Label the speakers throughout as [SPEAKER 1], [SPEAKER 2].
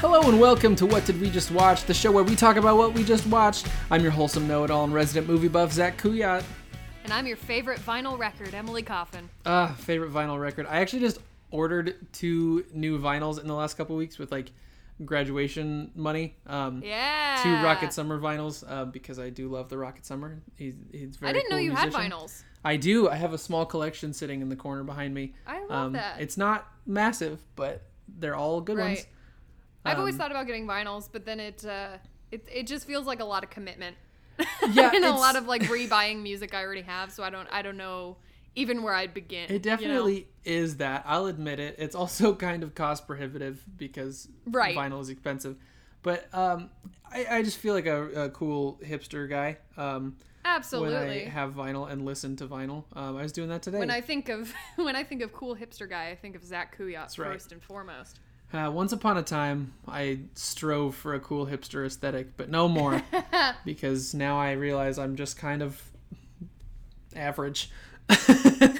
[SPEAKER 1] Hello and welcome to What Did We Just Watch, the show where we talk about what we just watched. I'm your wholesome know-it-all and resident movie buff, Zach Kuyat.
[SPEAKER 2] And I'm your favorite vinyl record, Emily Coffin.
[SPEAKER 1] Ah, favorite vinyl record. I actually just ordered two new vinyls in the last couple weeks with like graduation money. Um,
[SPEAKER 2] Yeah.
[SPEAKER 1] Two Rocket Summer vinyls uh, because I do love the Rocket Summer. He's, he's a very
[SPEAKER 2] I didn't know
[SPEAKER 1] cool
[SPEAKER 2] you had
[SPEAKER 1] musician.
[SPEAKER 2] vinyls.
[SPEAKER 1] I do. I have a small collection sitting in the corner behind me.
[SPEAKER 2] I love
[SPEAKER 1] um,
[SPEAKER 2] that.
[SPEAKER 1] It's not massive, but they're all good
[SPEAKER 2] Right.
[SPEAKER 1] ones.
[SPEAKER 2] I've always
[SPEAKER 1] Um,
[SPEAKER 2] thought about getting vinyls, but then it uh, it it just feels like a lot of commitment.
[SPEAKER 1] Yeah,
[SPEAKER 2] and a
[SPEAKER 1] it's-
[SPEAKER 2] lot of like rebuying music I already have, so I don't I don't know even where I'd begin. you know?
[SPEAKER 1] It definitely is that. I'll admit it. It's also kind of cost prohibitive because
[SPEAKER 2] Right.
[SPEAKER 1] vinyl is expensive. But um, I, I just feel like a, a cool hipster guy um, when I
[SPEAKER 2] absolutely.
[SPEAKER 1] have vinyl and listen to vinyl. Um, I was doing that today.
[SPEAKER 2] When I think of when I think of cool hipster guy, I think of Zach Kuyat
[SPEAKER 1] right.
[SPEAKER 2] first and foremost.
[SPEAKER 1] Uh, once upon a time, I strove for a cool hipster aesthetic, but no more because now I realize I'm just kind of average.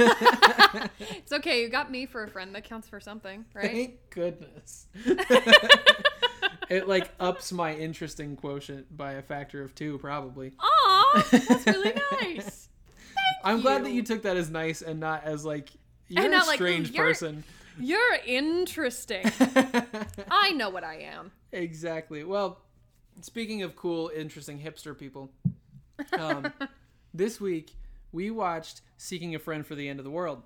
[SPEAKER 2] It's okay, you got me for a friend. That counts for something, right?
[SPEAKER 1] Thank goodness. it like ups my interesting quotient by a factor of two, probably.
[SPEAKER 2] Aw, that's really nice.
[SPEAKER 1] I'm glad that
[SPEAKER 2] you.
[SPEAKER 1] you took that as nice and not as like you're
[SPEAKER 2] not
[SPEAKER 1] a
[SPEAKER 2] like, "Ooh,
[SPEAKER 1] strange
[SPEAKER 2] you're-"
[SPEAKER 1] person.
[SPEAKER 2] You're interesting. I know what I am.
[SPEAKER 1] exactly. Well, speaking of cool, interesting hipster people, um, this week we watched "Seeking a Friend for the End of the World."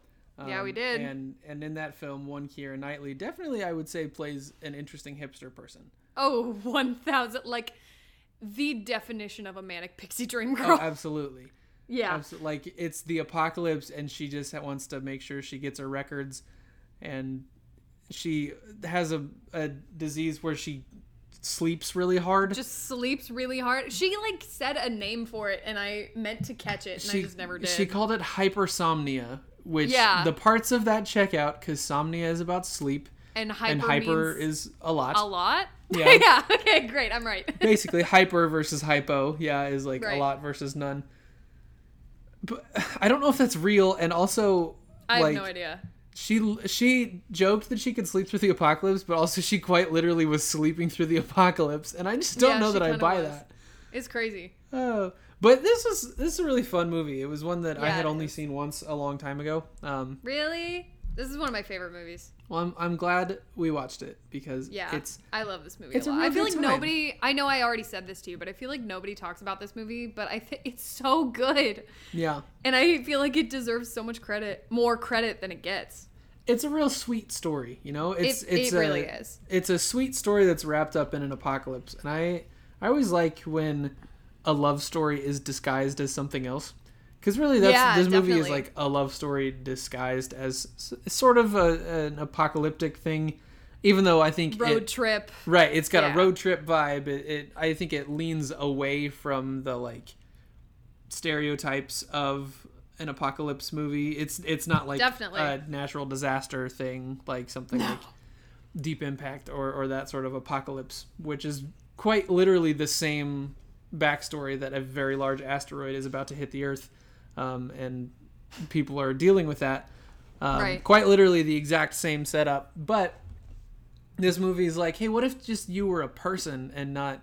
[SPEAKER 2] Yeah,
[SPEAKER 1] Um,
[SPEAKER 2] we did.
[SPEAKER 1] And and in that film, one Keira Knightley definitely, I would say, plays an interesting hipster person.
[SPEAKER 2] Oh, 1000 like the definition of a manic pixie dream
[SPEAKER 1] Oh,
[SPEAKER 2] girl.
[SPEAKER 1] absolutely.
[SPEAKER 2] yeah.
[SPEAKER 1] Abso- like it's the apocalypse, and she just wants to make sure she gets her records, and she has a a disease where she sleeps really hard.
[SPEAKER 2] Just sleeps really hard. She like said a name for it and I meant to catch it and I just never did.
[SPEAKER 1] She called it hypersomnia, which
[SPEAKER 2] Yeah.
[SPEAKER 1] the parts of that check out because somnia is about sleep,
[SPEAKER 2] and hyper,
[SPEAKER 1] and hyper
[SPEAKER 2] means
[SPEAKER 1] is a lot.
[SPEAKER 2] a lot.
[SPEAKER 1] Yeah.
[SPEAKER 2] Okay, great. I'm right.
[SPEAKER 1] Basically, hyper versus hypo, yeah, is like a
[SPEAKER 2] Right.
[SPEAKER 1] lot versus none. But I don't know if that's real, and also.
[SPEAKER 2] I have
[SPEAKER 1] like,
[SPEAKER 2] no idea.
[SPEAKER 1] she she joked that she could sleep through the apocalypse, but also she quite literally was sleeping through the apocalypse, and I just don't
[SPEAKER 2] Yeah,
[SPEAKER 1] know
[SPEAKER 2] she
[SPEAKER 1] that I
[SPEAKER 2] kinda
[SPEAKER 1] buy
[SPEAKER 2] was.
[SPEAKER 1] that.
[SPEAKER 2] It's crazy.
[SPEAKER 1] Oh, but this was this is a really fun movie. It was one that I
[SPEAKER 2] Yeah,
[SPEAKER 1] had
[SPEAKER 2] it
[SPEAKER 1] only
[SPEAKER 2] is.
[SPEAKER 1] seen once a long time ago. Um,
[SPEAKER 2] Really? This is one of my favorite movies.
[SPEAKER 1] well, I'm, I'm glad we watched it because
[SPEAKER 2] Yeah.
[SPEAKER 1] it's
[SPEAKER 2] I love this movie
[SPEAKER 1] it's
[SPEAKER 2] a
[SPEAKER 1] a
[SPEAKER 2] lot.
[SPEAKER 1] real
[SPEAKER 2] I feel
[SPEAKER 1] good
[SPEAKER 2] like
[SPEAKER 1] time.
[SPEAKER 2] nobody I know I already said this to you, but I feel like nobody talks about this movie, but I think it's so good.
[SPEAKER 1] yeah,
[SPEAKER 2] And I feel like it deserves so much credit, more credit than it gets.
[SPEAKER 1] it's a real sweet story. You know, it's
[SPEAKER 2] it
[SPEAKER 1] it's
[SPEAKER 2] it really
[SPEAKER 1] a,
[SPEAKER 2] is.
[SPEAKER 1] it's a sweet story that's wrapped up in an apocalypse, and I I always like when a love story is disguised as something else, because really that's
[SPEAKER 2] Yeah,
[SPEAKER 1] this movie is
[SPEAKER 2] definitely.
[SPEAKER 1] like a love story disguised as s- sort of a, an apocalyptic thing, even though I think
[SPEAKER 2] Road
[SPEAKER 1] it,
[SPEAKER 2] trip.
[SPEAKER 1] right it's got
[SPEAKER 2] yeah.
[SPEAKER 1] a road trip vibe. It, it I think it leans away from the like stereotypes of an apocalypse movie. It's it's not like
[SPEAKER 2] Definitely.
[SPEAKER 1] a natural disaster thing like something like Deep Impact or, or that sort of apocalypse, which is quite literally the same backstory that a very large asteroid is about to hit the Earth, um, and people are dealing with that. Um,
[SPEAKER 2] Right.
[SPEAKER 1] Quite literally the exact same setup, but this movie is like, hey, what if just you were a person and not,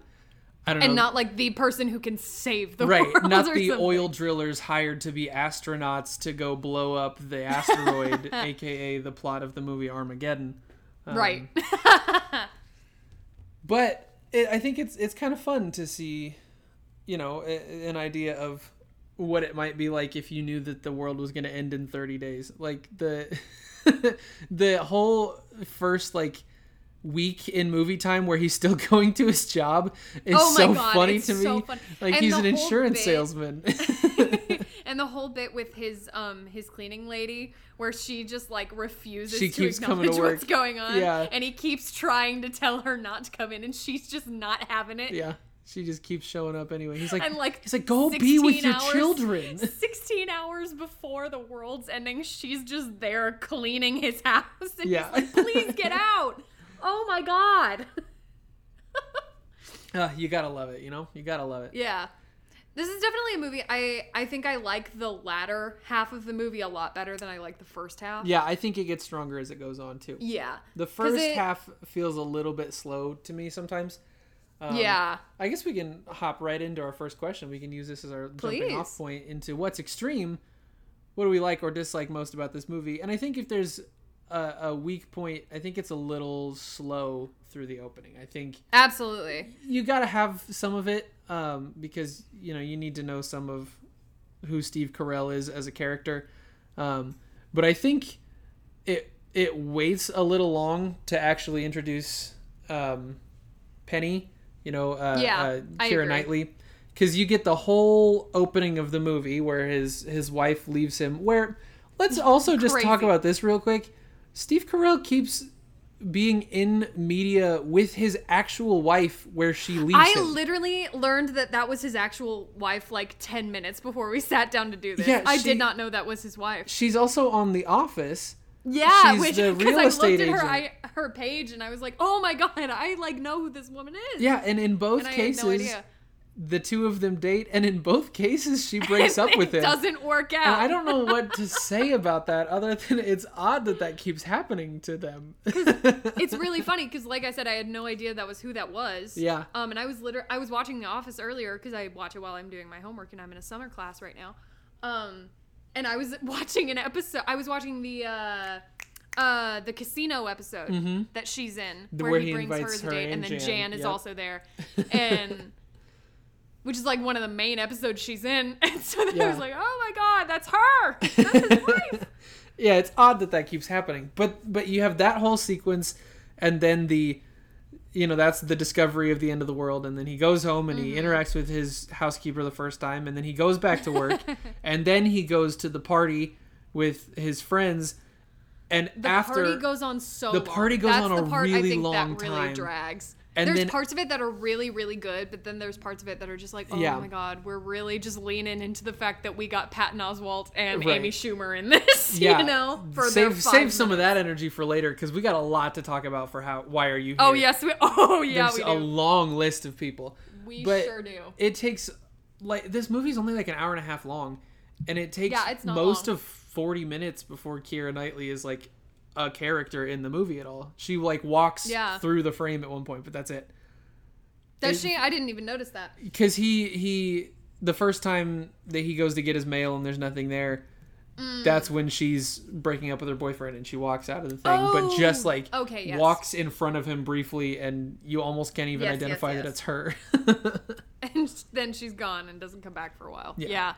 [SPEAKER 1] I don't
[SPEAKER 2] And
[SPEAKER 1] know,
[SPEAKER 2] not like the person who can save the
[SPEAKER 1] right,
[SPEAKER 2] world.
[SPEAKER 1] not
[SPEAKER 2] or
[SPEAKER 1] the
[SPEAKER 2] something.
[SPEAKER 1] oil drillers hired to be astronauts to go blow up the asteroid, aka the plot of the movie Armageddon.
[SPEAKER 2] right.
[SPEAKER 1] but it, I think it's it's kind of fun to see, you know, a- an idea of what it might be like if you knew that the world was going to end in 30 days. Like the the whole first like week in movie time where he's still going to his job is
[SPEAKER 2] Oh my
[SPEAKER 1] so
[SPEAKER 2] God,
[SPEAKER 1] funny
[SPEAKER 2] it's
[SPEAKER 1] to me.
[SPEAKER 2] so funny.
[SPEAKER 1] Like
[SPEAKER 2] And
[SPEAKER 1] he's
[SPEAKER 2] the
[SPEAKER 1] an
[SPEAKER 2] whole
[SPEAKER 1] insurance
[SPEAKER 2] bit-
[SPEAKER 1] salesman. um,
[SPEAKER 2] and the whole bit with his um his cleaning lady where she just like refuses
[SPEAKER 1] She
[SPEAKER 2] to
[SPEAKER 1] keeps coming
[SPEAKER 2] acknowledge
[SPEAKER 1] to
[SPEAKER 2] what's
[SPEAKER 1] work.
[SPEAKER 2] going on.
[SPEAKER 1] Yeah.
[SPEAKER 2] And he keeps trying to tell her not to come in and she's just not having it.
[SPEAKER 1] yeah. She just keeps showing up anyway. He's like
[SPEAKER 2] And like
[SPEAKER 1] he's like go be with
[SPEAKER 2] 16
[SPEAKER 1] your
[SPEAKER 2] hours-
[SPEAKER 1] children.
[SPEAKER 2] 16 hours before the world's ending, she's just there cleaning his house. And
[SPEAKER 1] Yeah.
[SPEAKER 2] he's like, please get out. Oh my God.
[SPEAKER 1] "Ah, Uh, you got to love it, you know? You got to love it.
[SPEAKER 2] Yeah. This is definitely a movie I I think I like the latter half of the movie a lot better than I like the first half.
[SPEAKER 1] Yeah, I think it gets stronger as it goes on too.
[SPEAKER 2] Yeah.
[SPEAKER 1] The first
[SPEAKER 2] it-
[SPEAKER 1] half feels a little bit slow to me sometimes. Um,
[SPEAKER 2] yeah.
[SPEAKER 1] I guess we can hop right into our first question. We can use this as our jumping off
[SPEAKER 2] Please.
[SPEAKER 1] point into what's extreme. What do we like or dislike most about this movie? And I think if there's a, a weak point, I think it's a little slow through the opening. I think
[SPEAKER 2] Absolutely.
[SPEAKER 1] you got to have some of it um, because you know you need to know some of who Steve Carell is as a character. Um, but I think it it waits a little long to actually introduce um, Penny. You know, uh,
[SPEAKER 2] Yeah,
[SPEAKER 1] uh,
[SPEAKER 2] I
[SPEAKER 1] Keira
[SPEAKER 2] agree.
[SPEAKER 1] Knightley. Because you get the whole opening of the movie where his his wife leaves him. Where let's also just talk
[SPEAKER 2] Crazy.
[SPEAKER 1] about this real quick. Steve Carell keeps being in media with his actual wife where she leaves
[SPEAKER 2] I
[SPEAKER 1] him.
[SPEAKER 2] literally learned that that was his actual wife like 10 minutes before we sat down to do this.
[SPEAKER 1] Yeah,
[SPEAKER 2] I
[SPEAKER 1] she-
[SPEAKER 2] did not know that was his wife.
[SPEAKER 1] She's also on The Office.
[SPEAKER 2] Yeah,
[SPEAKER 1] she's
[SPEAKER 2] which
[SPEAKER 1] the
[SPEAKER 2] because
[SPEAKER 1] real
[SPEAKER 2] I looked
[SPEAKER 1] estate
[SPEAKER 2] at her
[SPEAKER 1] agent.
[SPEAKER 2] I, her page and I was like, "Oh my god, I like know who this woman is."
[SPEAKER 1] Yeah, and in both
[SPEAKER 2] and I
[SPEAKER 1] cases,
[SPEAKER 2] had no idea.
[SPEAKER 1] the two of them date, and in both cases, she breaks up
[SPEAKER 2] It
[SPEAKER 1] with him.
[SPEAKER 2] Doesn't work out.
[SPEAKER 1] And I don't know what to say about that other than it's odd that that keeps happening to them.
[SPEAKER 2] it's really funny because like i said i had no idea that was who that was
[SPEAKER 1] Yeah.
[SPEAKER 2] um and i was literally i was watching the office earlier because i watch it while i'm doing my homework and i'm in a summer class right now um and i was watching an episode i was watching the uh uh the casino episode that she's in
[SPEAKER 1] Mm-hmm. The-
[SPEAKER 2] where,
[SPEAKER 1] where
[SPEAKER 2] he,
[SPEAKER 1] he
[SPEAKER 2] brings her
[SPEAKER 1] invites
[SPEAKER 2] as a
[SPEAKER 1] her
[SPEAKER 2] date
[SPEAKER 1] and
[SPEAKER 2] and then
[SPEAKER 1] Jan,
[SPEAKER 2] jan, is
[SPEAKER 1] yep.
[SPEAKER 2] also there and which is like one of the main episodes she's in and so then i was
[SPEAKER 1] Yeah.
[SPEAKER 2] like oh my god that's her that's his wife
[SPEAKER 1] yeah, it's odd that that keeps happening. But but you have that whole sequence, and then the, you know, that's the discovery of the end of the world, and then he goes home and
[SPEAKER 2] Mm-hmm.
[SPEAKER 1] he interacts with his housekeeper the first time, and then he goes back to work, and then he goes to the party with his friends, and
[SPEAKER 2] The
[SPEAKER 1] after
[SPEAKER 2] party goes on so
[SPEAKER 1] the
[SPEAKER 2] long.
[SPEAKER 1] party goes
[SPEAKER 2] That's
[SPEAKER 1] on a
[SPEAKER 2] the part I
[SPEAKER 1] really
[SPEAKER 2] think
[SPEAKER 1] long
[SPEAKER 2] that really
[SPEAKER 1] time.
[SPEAKER 2] drags.
[SPEAKER 1] And
[SPEAKER 2] there's
[SPEAKER 1] then-
[SPEAKER 2] parts of it that are really really good, but then there's parts of it that are just like, oh
[SPEAKER 1] Yeah.
[SPEAKER 2] my god, we're really just leaning into the fact that we got Patton Oswalt and
[SPEAKER 1] Right.
[SPEAKER 2] Amy Schumer in this,
[SPEAKER 1] yeah,
[SPEAKER 2] you know, for their
[SPEAKER 1] save
[SPEAKER 2] five
[SPEAKER 1] save some of
[SPEAKER 2] minutes.
[SPEAKER 1] that energy for later because we got a lot to talk about for how why are you here?
[SPEAKER 2] Oh yes, we, oh yeah,
[SPEAKER 1] there's
[SPEAKER 2] we
[SPEAKER 1] a
[SPEAKER 2] do.
[SPEAKER 1] long list of people.
[SPEAKER 2] we
[SPEAKER 1] but-
[SPEAKER 2] sure do.
[SPEAKER 1] it takes like this movie's only like an hour and a half long and it takes
[SPEAKER 2] Yeah, it's not
[SPEAKER 1] most
[SPEAKER 2] long.
[SPEAKER 1] of 40 minutes before Kira Knightley is like a character in the movie at all. She like walks
[SPEAKER 2] Yeah.
[SPEAKER 1] through the frame at one point, but that's it.
[SPEAKER 2] Does she? I didn't even notice that.
[SPEAKER 1] Cuz he he the first time that he goes to get his mail and there's nothing there,
[SPEAKER 2] Mm.
[SPEAKER 1] that's when she's breaking up with her boyfriend and she walks out of the thing, but just
[SPEAKER 2] Oh,
[SPEAKER 1] like
[SPEAKER 2] okay, yes.
[SPEAKER 1] walks in front of him briefly and you almost can't even
[SPEAKER 2] Yes, yes,
[SPEAKER 1] identify that
[SPEAKER 2] yes.
[SPEAKER 1] it's her.
[SPEAKER 2] And then she's gone and doesn't come back for a while.
[SPEAKER 1] Yeah.
[SPEAKER 2] Yeah.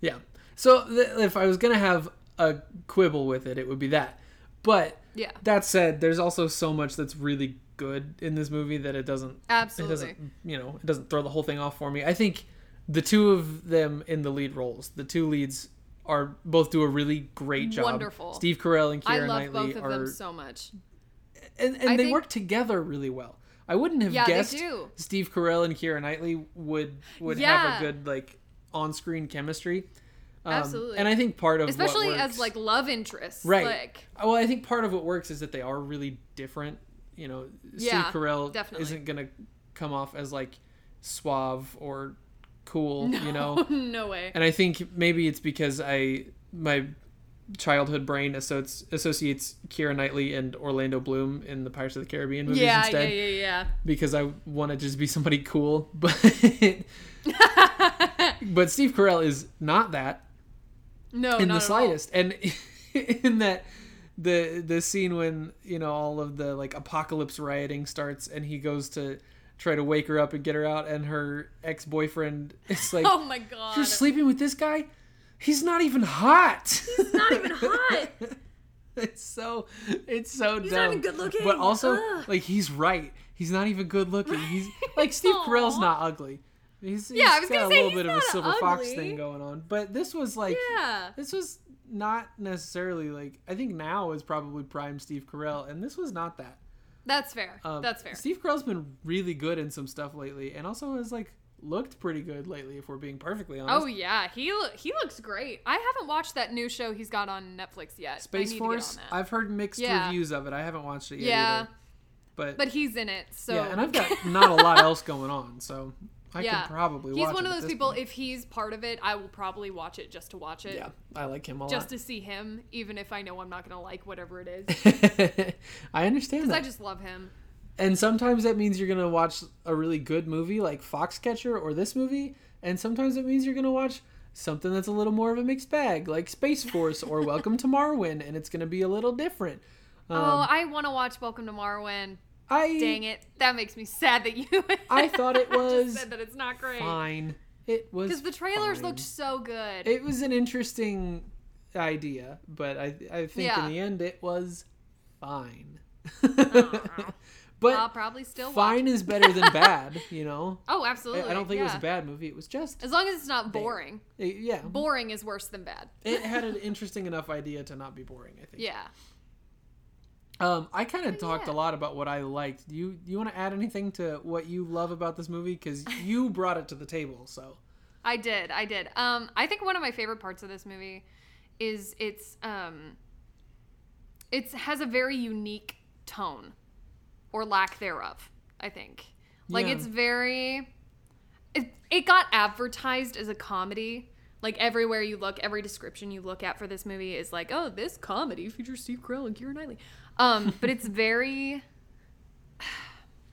[SPEAKER 1] Yeah. So th- if I was gonna have a quibble with it, it would be that. But
[SPEAKER 2] Yeah.
[SPEAKER 1] that said, there's also so much that's really good in this movie that it doesn't. It
[SPEAKER 2] Absolutely.
[SPEAKER 1] doesn't. You know, it doesn't throw the whole thing off for me. I think the two of them in the lead roles, the two leads, are both do a really great job.
[SPEAKER 2] Wonderful.
[SPEAKER 1] Steve Carell and Keira
[SPEAKER 2] I love
[SPEAKER 1] Knightley
[SPEAKER 2] both of
[SPEAKER 1] are,
[SPEAKER 2] them so much.
[SPEAKER 1] and, and
[SPEAKER 2] I
[SPEAKER 1] they
[SPEAKER 2] think-
[SPEAKER 1] work together really well. I wouldn't have
[SPEAKER 2] Yeah, they
[SPEAKER 1] guessed
[SPEAKER 2] do.
[SPEAKER 1] Steve Carell and Keira Knightley would would have
[SPEAKER 2] Yeah.
[SPEAKER 1] a good like on screen chemistry. Um,
[SPEAKER 2] Absolutely.
[SPEAKER 1] and I think part of what
[SPEAKER 2] Especially as
[SPEAKER 1] works-
[SPEAKER 2] like love interests.
[SPEAKER 1] right.
[SPEAKER 2] Like
[SPEAKER 1] well, I think part of what works is that they are really different. You know,
[SPEAKER 2] Yeah,
[SPEAKER 1] Steve Carell
[SPEAKER 2] definitely.
[SPEAKER 1] isn't gonna come off as like suave or cool. You know,
[SPEAKER 2] no way.
[SPEAKER 1] Oh, and I think maybe it's because I my childhood brain associ- associates Kira Knightley and Orlando Bloom in the Pirates of the Caribbean movies
[SPEAKER 2] Yeah, yeah,
[SPEAKER 1] instead
[SPEAKER 2] yeah,
[SPEAKER 1] because I want to just be somebody cool, but
[SPEAKER 2] yeah.
[SPEAKER 1] but Steve Carell is not that
[SPEAKER 2] no,
[SPEAKER 1] in
[SPEAKER 2] not
[SPEAKER 1] the
[SPEAKER 2] at
[SPEAKER 1] slightest. And in that the the scene when, you know, all of the like apocalypse rioting starts and he goes to try to wake her up and get her out and her ex-boyfriend is like
[SPEAKER 2] All. Oh my god,
[SPEAKER 1] You're sleeping with this guy? He's not even hot. He's
[SPEAKER 2] not even hot.
[SPEAKER 1] It's so it's so
[SPEAKER 2] He's
[SPEAKER 1] dumb.
[SPEAKER 2] not even good looking.
[SPEAKER 1] But also
[SPEAKER 2] Ugh.
[SPEAKER 1] like he's right. He's not even good looking. He's like Steve
[SPEAKER 2] Aw.
[SPEAKER 1] Carell's not ugly. He's, he's
[SPEAKER 2] Yeah, I was
[SPEAKER 1] got
[SPEAKER 2] gonna
[SPEAKER 1] a
[SPEAKER 2] say,
[SPEAKER 1] little
[SPEAKER 2] he's
[SPEAKER 1] bit of a
[SPEAKER 2] not
[SPEAKER 1] silver fox
[SPEAKER 2] ugly.
[SPEAKER 1] thing going on. But this was like
[SPEAKER 2] yeah.
[SPEAKER 1] this was not necessarily like I think now is probably prime Steve Carell and this was not that.
[SPEAKER 2] That's fair.
[SPEAKER 1] Um,
[SPEAKER 2] That's fair.
[SPEAKER 1] Steve Carell's been really good in some stuff lately and also has like looked pretty good lately if we're being perfectly honest.
[SPEAKER 2] Oh yeah, he lo- he looks great. I haven't watched that new show he's got on Netflix yet. I
[SPEAKER 1] Space
[SPEAKER 2] need
[SPEAKER 1] Force.
[SPEAKER 2] To get on that.
[SPEAKER 1] I've heard mixed
[SPEAKER 2] Yeah.
[SPEAKER 1] reviews of it. I haven't watched it yet.
[SPEAKER 2] yeah,
[SPEAKER 1] Either. But,
[SPEAKER 2] but he's in it, so
[SPEAKER 1] yeah, and I've got not a lot else going on, so I
[SPEAKER 2] Yeah.
[SPEAKER 1] could probably.
[SPEAKER 2] He's
[SPEAKER 1] watch
[SPEAKER 2] one
[SPEAKER 1] it
[SPEAKER 2] of
[SPEAKER 1] at
[SPEAKER 2] those
[SPEAKER 1] this
[SPEAKER 2] people.
[SPEAKER 1] point.
[SPEAKER 2] If he's part of it, I will probably watch it just to watch it,
[SPEAKER 1] Yeah, I like him a
[SPEAKER 2] just
[SPEAKER 1] lot.
[SPEAKER 2] to see him, even if I know I'm not gonna like whatever it is,
[SPEAKER 1] I understand
[SPEAKER 2] because
[SPEAKER 1] that.
[SPEAKER 2] I just love him.
[SPEAKER 1] And sometimes that means you're gonna watch a really good movie like Foxcatcher or this movie, and sometimes it means you're gonna watch something that's a little more of a mixed bag, like Space Force or Welcome to Marwin, and it's gonna be a little different. Um,
[SPEAKER 2] oh, I want to watch Welcome to Marwen.
[SPEAKER 1] I
[SPEAKER 2] Dang it, that makes me sad that you.
[SPEAKER 1] I thought it was
[SPEAKER 2] just said that it's not great
[SPEAKER 1] fine. It was
[SPEAKER 2] because the trailers
[SPEAKER 1] fine.
[SPEAKER 2] looked so good.
[SPEAKER 1] It was an interesting idea, but I I think
[SPEAKER 2] Yeah.
[SPEAKER 1] in the end it was fine.
[SPEAKER 2] I'll
[SPEAKER 1] but
[SPEAKER 2] probably still
[SPEAKER 1] fine
[SPEAKER 2] watch. it.
[SPEAKER 1] is better than bad, you know.
[SPEAKER 2] Oh,
[SPEAKER 1] I,
[SPEAKER 2] absolutely.
[SPEAKER 1] I don't think it was
[SPEAKER 2] yeah.
[SPEAKER 1] a bad movie. It was just
[SPEAKER 2] As long as it's not boring.
[SPEAKER 1] it- yeah.
[SPEAKER 2] Boring is worse than bad.
[SPEAKER 1] It had an interesting enough idea to not be boring. I think.
[SPEAKER 2] Yeah.
[SPEAKER 1] Um, I kind of
[SPEAKER 2] But
[SPEAKER 1] talked a
[SPEAKER 2] yeah.
[SPEAKER 1] lot about what I liked. Do you you want to add anything to what you love about this movie? Because you brought it to the table. So
[SPEAKER 2] I did. I did. Um, I think one of my favorite parts of this movie is it's um, it's has a very unique tone, or lack thereof. I think. Like
[SPEAKER 1] Yeah.
[SPEAKER 2] it's very. It it got advertised as a comedy. Like everywhere you look, every description you look at for this movie is like, oh, this comedy features Steve Carell and Keira Knightley. Um, but it's very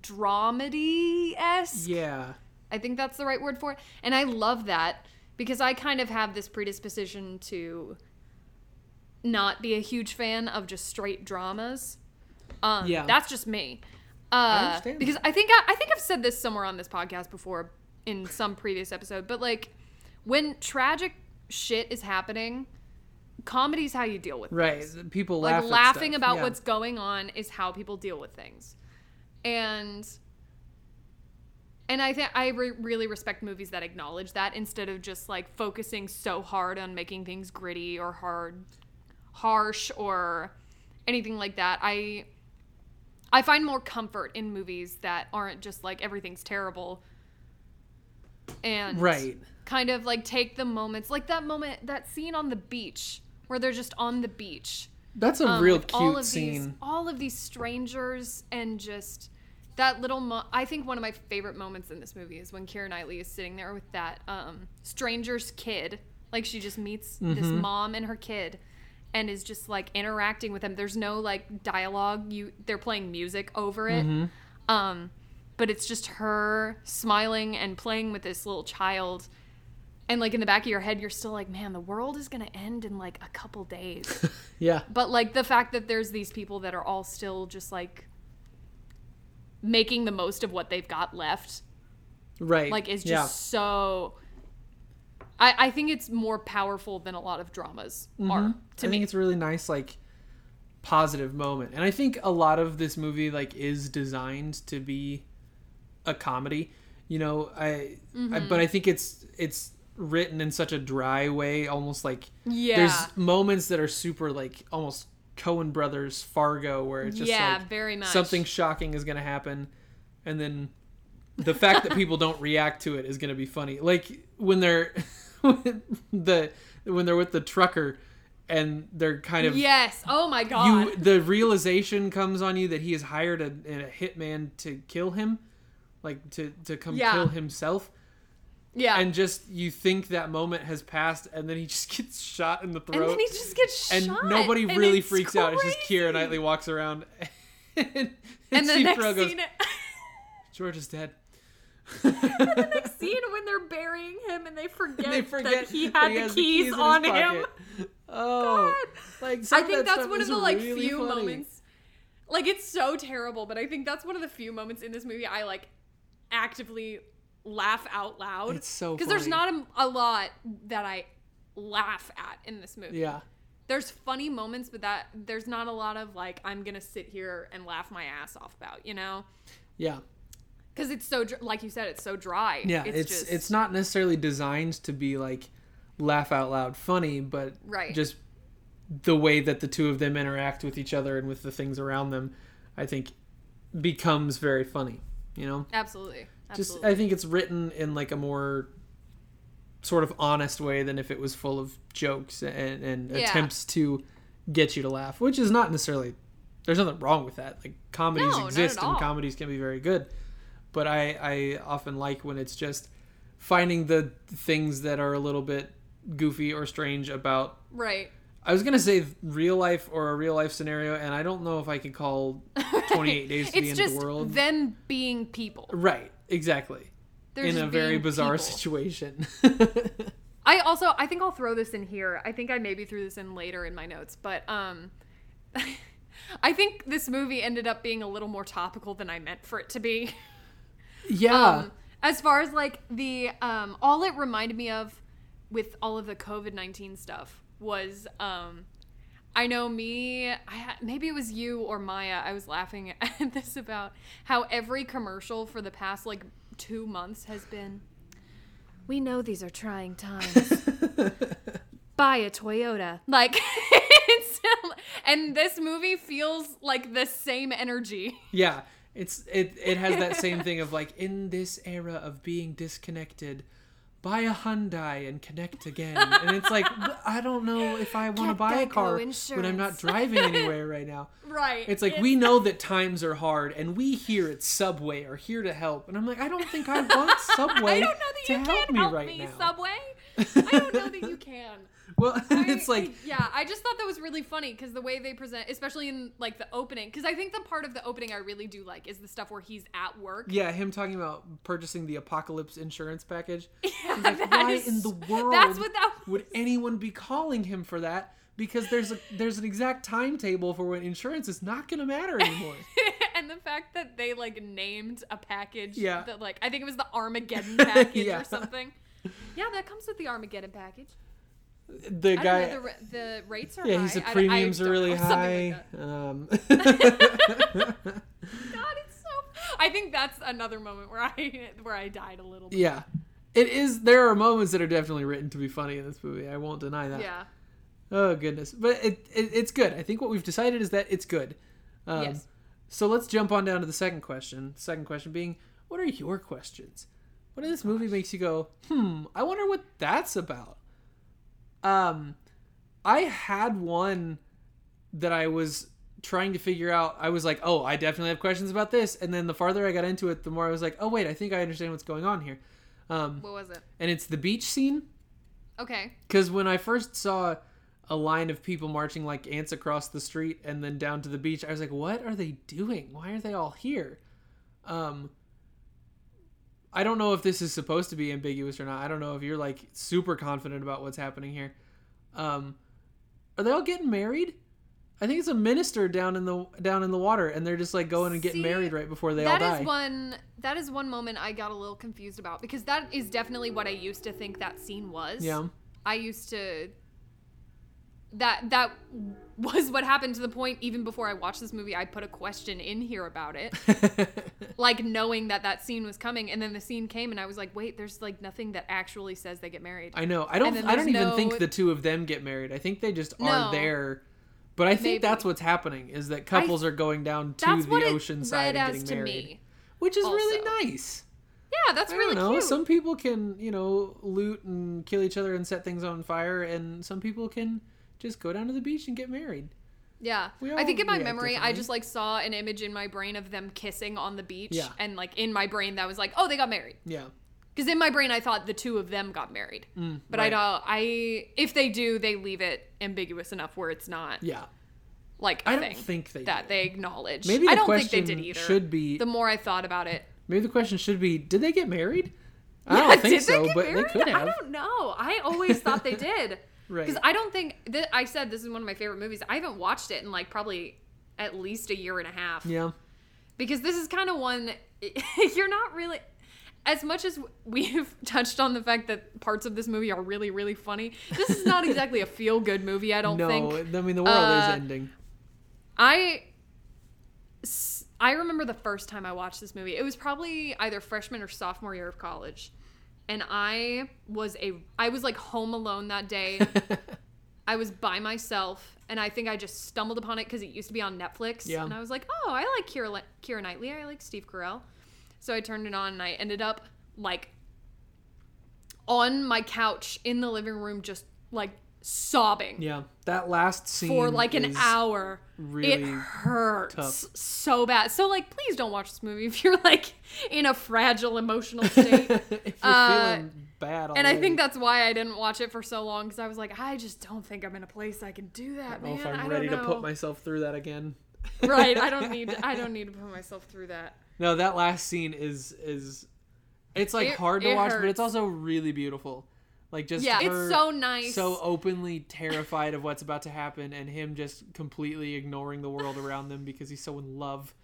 [SPEAKER 2] dramedy esque.
[SPEAKER 1] yeah,
[SPEAKER 2] I think that's the right word for it. And I love that because I kind of have this predisposition to not be a huge fan of just straight dramas. Um,
[SPEAKER 1] Yeah.
[SPEAKER 2] That's just me. Uh,
[SPEAKER 1] understand
[SPEAKER 2] Because I think I, I think I've said this somewhere on this podcast before in some previous episode, but like when tragic shit is happening, comedy's how you deal with it
[SPEAKER 1] right. People
[SPEAKER 2] like
[SPEAKER 1] laugh at
[SPEAKER 2] laughing
[SPEAKER 1] stuff.
[SPEAKER 2] about
[SPEAKER 1] Yeah.
[SPEAKER 2] what's going on is how people deal with things and and i think i re- really respect movies that acknowledge that instead of just like focusing so hard on making things gritty or hard harsh or anything like that i i find more comfort in movies that aren't just like everything's terrible and
[SPEAKER 1] right.
[SPEAKER 2] kind of like take the moments like that moment that scene on the beach where they're just on the beach
[SPEAKER 1] That's a
[SPEAKER 2] um,
[SPEAKER 1] real
[SPEAKER 2] with
[SPEAKER 1] cute
[SPEAKER 2] all of
[SPEAKER 1] scene.
[SPEAKER 2] These, all of these strangers and just that little. Mo- I think one of my favorite moments in this movie is when Karen Knightley is sitting there with that um, stranger's kid. Like she just meets this
[SPEAKER 1] Mm-hmm.
[SPEAKER 2] mom and her kid, and is just like interacting with them. There's no like dialogue. You they're playing music over it.
[SPEAKER 1] Mm-hmm.
[SPEAKER 2] Um, but it's just her smiling and playing with this little child. And like in the back of your head, you're still like, man, the world is gonna end in like a couple days
[SPEAKER 1] yeah.
[SPEAKER 2] but like the fact that there's these people that are all still just like making the most of what they've got left
[SPEAKER 1] Right.
[SPEAKER 2] like is just
[SPEAKER 1] yeah.
[SPEAKER 2] so I, I think it's more powerful than a lot of dramas are to
[SPEAKER 1] Mm-hmm. I
[SPEAKER 2] me
[SPEAKER 1] think it's a really nice like positive moment. And I think a lot of this movie like is designed to be a comedy. You know, I,
[SPEAKER 2] Mm-hmm.
[SPEAKER 1] I but I think it's it's written in such a dry way almost like
[SPEAKER 2] yeah
[SPEAKER 1] there's moments that are super like almost Cohen Brothers Fargo where it's just
[SPEAKER 2] yeah
[SPEAKER 1] like
[SPEAKER 2] very much
[SPEAKER 1] something shocking is going to happen and then the fact that people don't react to it is going to be funny like when they're when the when they're with the trucker and they're kind of
[SPEAKER 2] yes oh my god
[SPEAKER 1] you the realization comes on you that he has hired a, a hitman to kill him like to to come
[SPEAKER 2] Yeah.
[SPEAKER 1] kill himself
[SPEAKER 2] yeah
[SPEAKER 1] and just you think that moment has passed and then he just gets shot in the throat
[SPEAKER 2] And then he just gets
[SPEAKER 1] and
[SPEAKER 2] shot
[SPEAKER 1] nobody
[SPEAKER 2] and
[SPEAKER 1] really
[SPEAKER 2] it's
[SPEAKER 1] freaks out. It's just Kira
[SPEAKER 2] crazy.
[SPEAKER 1] Knightley walks around, and,
[SPEAKER 2] and the
[SPEAKER 1] Steve
[SPEAKER 2] next
[SPEAKER 1] Carell goes,
[SPEAKER 2] scene
[SPEAKER 1] "George is dead."
[SPEAKER 2] the next scene when they're burying him and they forget,
[SPEAKER 1] they forget
[SPEAKER 2] that he
[SPEAKER 1] that
[SPEAKER 2] had the,
[SPEAKER 1] has
[SPEAKER 2] keys
[SPEAKER 1] in his
[SPEAKER 2] on him
[SPEAKER 1] pocket. Oh, like some
[SPEAKER 2] I
[SPEAKER 1] of
[SPEAKER 2] think
[SPEAKER 1] that
[SPEAKER 2] that's
[SPEAKER 1] stuff
[SPEAKER 2] one of
[SPEAKER 1] is
[SPEAKER 2] the like
[SPEAKER 1] really
[SPEAKER 2] few
[SPEAKER 1] funny.
[SPEAKER 2] moments. Like it's so terrible, but I think that's one of the few moments in this movie I like actively laugh out loud.
[SPEAKER 1] It's so
[SPEAKER 2] because there's
[SPEAKER 1] funny.
[SPEAKER 2] not a, a lot that I laugh at in this movie.
[SPEAKER 1] Yeah,
[SPEAKER 2] There's funny moments, but that there's not a lot of like I'm gonna sit here and laugh my ass off about, you know?
[SPEAKER 1] yeah,
[SPEAKER 2] Because it's so dr- like you said, it's so dry.
[SPEAKER 1] yeah. It's it's,
[SPEAKER 2] just,
[SPEAKER 1] not necessarily designed to be like laugh out loud funny, but
[SPEAKER 2] Right.
[SPEAKER 1] just the way that the two of them interact with each other and with the things around them, I think becomes very funny. You know.
[SPEAKER 2] absolutely, absolutely.
[SPEAKER 1] just uh, i think it's written in like a more sort of honest way than if it was full of jokes and, and
[SPEAKER 2] Yeah.
[SPEAKER 1] attempts to get you to laugh which is not necessarily there's nothing wrong with that like comedies
[SPEAKER 2] No, not at
[SPEAKER 1] exist and
[SPEAKER 2] all.
[SPEAKER 1] comedies can be very good but I I often like when it's just finding the things that are a little bit goofy or strange about
[SPEAKER 2] Right.
[SPEAKER 1] I was gonna say real life or a real life scenario, and I don't know if I could call 28 days to the
[SPEAKER 2] it's
[SPEAKER 1] end
[SPEAKER 2] just
[SPEAKER 1] of the world.
[SPEAKER 2] them being people.
[SPEAKER 1] right, exactly.
[SPEAKER 2] They're
[SPEAKER 1] in
[SPEAKER 2] just
[SPEAKER 1] a very
[SPEAKER 2] being
[SPEAKER 1] bizarre
[SPEAKER 2] people.
[SPEAKER 1] situation.
[SPEAKER 2] I also I think I'll throw this in here. I think I maybe threw this in later in my notes, but um I think this movie ended up being a little more topical than I meant for it to be.
[SPEAKER 1] yeah,
[SPEAKER 2] Um, as far as like the um all it reminded me of with all of the COVID-19 stuff was um I know me, I, ha- maybe it was you or Maya. I was laughing at this about how every commercial for the past like 2 months has been we know these are trying times buy a Toyota. Like, it's, and this movie feels like the same energy.
[SPEAKER 1] yeah. It's it it has that same thing of like in this era of being disconnected, buy a Hyundai and connect again. And it's like but I don't know if I want to
[SPEAKER 2] Get
[SPEAKER 1] buy a
[SPEAKER 2] Geico
[SPEAKER 1] car when I'm
[SPEAKER 2] insurance.
[SPEAKER 1] not driving anywhere right now.
[SPEAKER 2] Right.
[SPEAKER 1] It's like we know that times are hard, and we here at Subway are here to help. And I'm like, I don't think I want Subway
[SPEAKER 2] I don't know that
[SPEAKER 1] to
[SPEAKER 2] you
[SPEAKER 1] help
[SPEAKER 2] can
[SPEAKER 1] me
[SPEAKER 2] help
[SPEAKER 1] right
[SPEAKER 2] me,
[SPEAKER 1] now.
[SPEAKER 2] Subway. I don't know that you can.
[SPEAKER 1] well,
[SPEAKER 2] I-
[SPEAKER 1] it's like,
[SPEAKER 2] yeah, I just thought that was really funny because the way they present, especially in like the opening, because I think the part of the opening I really do like is the stuff where he's at work.
[SPEAKER 1] yeah, him talking about purchasing the apocalypse insurance package.
[SPEAKER 2] Yeah,
[SPEAKER 1] He's like,
[SPEAKER 2] that
[SPEAKER 1] why
[SPEAKER 2] is-
[SPEAKER 1] in the world
[SPEAKER 2] That's what that.
[SPEAKER 1] would anyone be calling him for that? Because there's a there's an exact timetable for when insurance is not going to matter anymore.
[SPEAKER 2] and the fact that they like named a package
[SPEAKER 1] Yeah.
[SPEAKER 2] that like I think it was the Armageddon package
[SPEAKER 1] Yeah.
[SPEAKER 2] or something. Yeah, that comes with the Armageddon package.
[SPEAKER 1] the
[SPEAKER 2] I
[SPEAKER 1] guy,
[SPEAKER 2] don't know, the, ra- the rates are
[SPEAKER 1] yeah,
[SPEAKER 2] high.
[SPEAKER 1] he said
[SPEAKER 2] I don't- I
[SPEAKER 1] premiums are
[SPEAKER 2] don't
[SPEAKER 1] really
[SPEAKER 2] know, something
[SPEAKER 1] high.
[SPEAKER 2] like
[SPEAKER 1] um,
[SPEAKER 2] that. God, it's so. I think that's another moment where I where I died a little bit.
[SPEAKER 1] Yeah. It is there are moments that are definitely written to be funny in this movie. I won't deny that.
[SPEAKER 2] Yeah.
[SPEAKER 1] Oh goodness. But it, it it's good. I think what we've decided is that it's good. Um,
[SPEAKER 2] yes.
[SPEAKER 1] so let's jump on down to the second question. Second question being, what are your questions? What in this movie makes you go, hmm, I wonder what that's about? Um, I had one that I was trying to figure out. I was like, oh, I definitely have questions about this. And then the farther I got into it, the more I was like, oh, wait, I think I understand what's going on here. Um,
[SPEAKER 2] What was it?
[SPEAKER 1] and it's the beach scene.
[SPEAKER 2] Okay.
[SPEAKER 1] Because when I first saw a line of people marching like ants across the street and then down to the beach, I was like, "What are they doing? Why are they all here?" Um, I don't know if this is supposed to be ambiguous or not. I don't know if you're like super confident about what's happening here. Um, are they all getting married? I think it's a minister down in the down in the water, and they're just like going and getting
[SPEAKER 2] See,
[SPEAKER 1] married right before they all
[SPEAKER 2] That
[SPEAKER 1] die.
[SPEAKER 2] is one. That is one moment I got a little confused about because that is definitely what I used to think that scene was.
[SPEAKER 1] yeah,
[SPEAKER 2] I used to that that was what happened to the point even before I watched this movie I put a question in here about it like knowing that that scene was coming and then the scene came and I was like wait there's like nothing that actually says they get married
[SPEAKER 1] I know. I
[SPEAKER 2] And
[SPEAKER 1] don't.
[SPEAKER 2] then
[SPEAKER 1] I don't
[SPEAKER 2] there's
[SPEAKER 1] even
[SPEAKER 2] no-
[SPEAKER 1] think the two of them get married. I think they just
[SPEAKER 2] No.
[SPEAKER 1] are there. But I think
[SPEAKER 2] Maybe.
[SPEAKER 1] that's what's happening is that couples are going down to
[SPEAKER 2] that's
[SPEAKER 1] the
[SPEAKER 2] what it
[SPEAKER 1] ocean
[SPEAKER 2] read
[SPEAKER 1] side and
[SPEAKER 2] as
[SPEAKER 1] getting
[SPEAKER 2] to
[SPEAKER 1] married,
[SPEAKER 2] me
[SPEAKER 1] which is really
[SPEAKER 2] also.
[SPEAKER 1] nice.
[SPEAKER 2] yeah that's
[SPEAKER 1] I
[SPEAKER 2] really
[SPEAKER 1] don't know.
[SPEAKER 2] cute
[SPEAKER 1] Some people can, you know, loot and kill each other and set things on fire, and some people can just go down to the beach and get married.
[SPEAKER 2] yeah
[SPEAKER 1] We
[SPEAKER 2] I think
[SPEAKER 1] all
[SPEAKER 2] in my
[SPEAKER 1] react
[SPEAKER 2] memory I
[SPEAKER 1] differently.
[SPEAKER 2] just like saw an image in my brain of them kissing on the beach
[SPEAKER 1] Yeah.
[SPEAKER 2] and like in my brain that was like oh they got married
[SPEAKER 1] Yeah.
[SPEAKER 2] Because in my brain, I thought the two of them got married,
[SPEAKER 1] Mm,
[SPEAKER 2] but I
[SPEAKER 1] right.
[SPEAKER 2] don't. I if they do, they leave it ambiguous enough where it's not
[SPEAKER 1] Yeah.
[SPEAKER 2] like a
[SPEAKER 1] I
[SPEAKER 2] thing
[SPEAKER 1] don't think they.
[SPEAKER 2] that
[SPEAKER 1] did.
[SPEAKER 2] they acknowledge.
[SPEAKER 1] Maybe the
[SPEAKER 2] I don't
[SPEAKER 1] question
[SPEAKER 2] think they did either.
[SPEAKER 1] should be.
[SPEAKER 2] the more I thought about it,
[SPEAKER 1] Maybe the question should be: Did they get married? I
[SPEAKER 2] Yeah,
[SPEAKER 1] don't
[SPEAKER 2] did
[SPEAKER 1] think so,
[SPEAKER 2] get
[SPEAKER 1] but
[SPEAKER 2] married?
[SPEAKER 1] they could
[SPEAKER 2] I
[SPEAKER 1] have.
[SPEAKER 2] don't know. I always thought they did
[SPEAKER 1] Right.
[SPEAKER 2] because I don't think that I said this is one of my favorite movies. I haven't watched it in like probably at least a year and a half.
[SPEAKER 1] Yeah.
[SPEAKER 2] because this is kind of one you're not really as much as we've touched on the fact that parts of this movie are really really funny this is not exactly a feel good movie i don't
[SPEAKER 1] no,
[SPEAKER 2] think
[SPEAKER 1] I mean the world
[SPEAKER 2] Uh,
[SPEAKER 1] is ending.
[SPEAKER 2] i s- i remember the first time i watched this movie it was probably either freshman or sophomore year of college and i was a i was like home alone that day I was by myself, and I think I just stumbled upon it because it used to be on Netflix.
[SPEAKER 1] Yeah.
[SPEAKER 2] And I was like, oh, I like Kira, Kira Knightley. I like Steve Carell. So I turned it on, and I ended up like on my couch in the living room, just like sobbing
[SPEAKER 1] Yeah, that last scene
[SPEAKER 2] for like an
[SPEAKER 1] is
[SPEAKER 2] hour. it
[SPEAKER 1] Really,
[SPEAKER 2] hurts
[SPEAKER 1] tough.
[SPEAKER 2] so bad. So like, please don't watch this movie if you're like in a fragile emotional state.
[SPEAKER 1] if you're
[SPEAKER 2] uh,
[SPEAKER 1] feeling bad,
[SPEAKER 2] and I think uh,
[SPEAKER 1] already,
[SPEAKER 2] that's why I didn't watch it for so long because I was like, I just don't think I'm in a place I can do
[SPEAKER 1] I don't
[SPEAKER 2] that,
[SPEAKER 1] know
[SPEAKER 2] man.
[SPEAKER 1] if I'm
[SPEAKER 2] I
[SPEAKER 1] ready
[SPEAKER 2] don't
[SPEAKER 1] to
[SPEAKER 2] know.
[SPEAKER 1] put myself through that again.
[SPEAKER 2] right. I don't need. I don't need to put myself through that.
[SPEAKER 1] No, that last scene is is it's like
[SPEAKER 2] It-
[SPEAKER 1] hard to
[SPEAKER 2] it
[SPEAKER 1] watch, but it's
[SPEAKER 2] hurts.
[SPEAKER 1] also really beautiful. Like just
[SPEAKER 2] Yeah,
[SPEAKER 1] her
[SPEAKER 2] it's so nice.
[SPEAKER 1] so openly terrified of what's about to happen, and him just completely ignoring the world around them because he's so in love.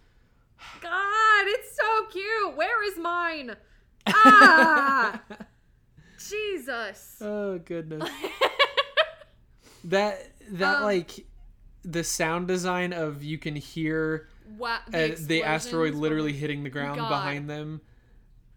[SPEAKER 2] God, it's so cute. Where is mine? Ah, Jesus.
[SPEAKER 1] Oh goodness. that that
[SPEAKER 2] Um,
[SPEAKER 1] like the sound design of you can hear
[SPEAKER 2] Wow.
[SPEAKER 1] uh, the
[SPEAKER 2] explosions
[SPEAKER 1] asteroid
[SPEAKER 2] were-
[SPEAKER 1] literally hitting the ground
[SPEAKER 2] God.
[SPEAKER 1] behind them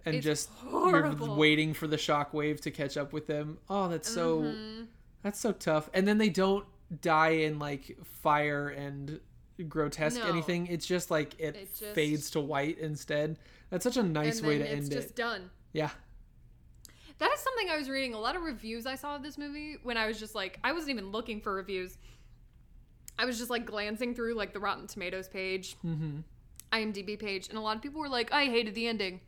[SPEAKER 1] and
[SPEAKER 2] It's
[SPEAKER 1] just
[SPEAKER 2] horrible.
[SPEAKER 1] you're waiting for the shockwave to catch up with them. Oh, that's so
[SPEAKER 2] Mm-hmm.
[SPEAKER 1] that's so tough. And then they don't die in like fire and grotesque
[SPEAKER 2] No.
[SPEAKER 1] anything. It's just like it,
[SPEAKER 2] It just-
[SPEAKER 1] fades to white instead. That's such a
[SPEAKER 2] And
[SPEAKER 1] nice
[SPEAKER 2] then
[SPEAKER 1] way to
[SPEAKER 2] it's
[SPEAKER 1] end
[SPEAKER 2] just
[SPEAKER 1] it.
[SPEAKER 2] done.
[SPEAKER 1] Yeah.
[SPEAKER 2] That is something I was reading. A lot of reviews I saw of this movie when I was just like, I wasn't even looking for reviews. I was just like glancing through like the Rotten Tomatoes page,
[SPEAKER 1] Mhm.
[SPEAKER 2] IMDb page, and a lot of people were like, I hated the ending.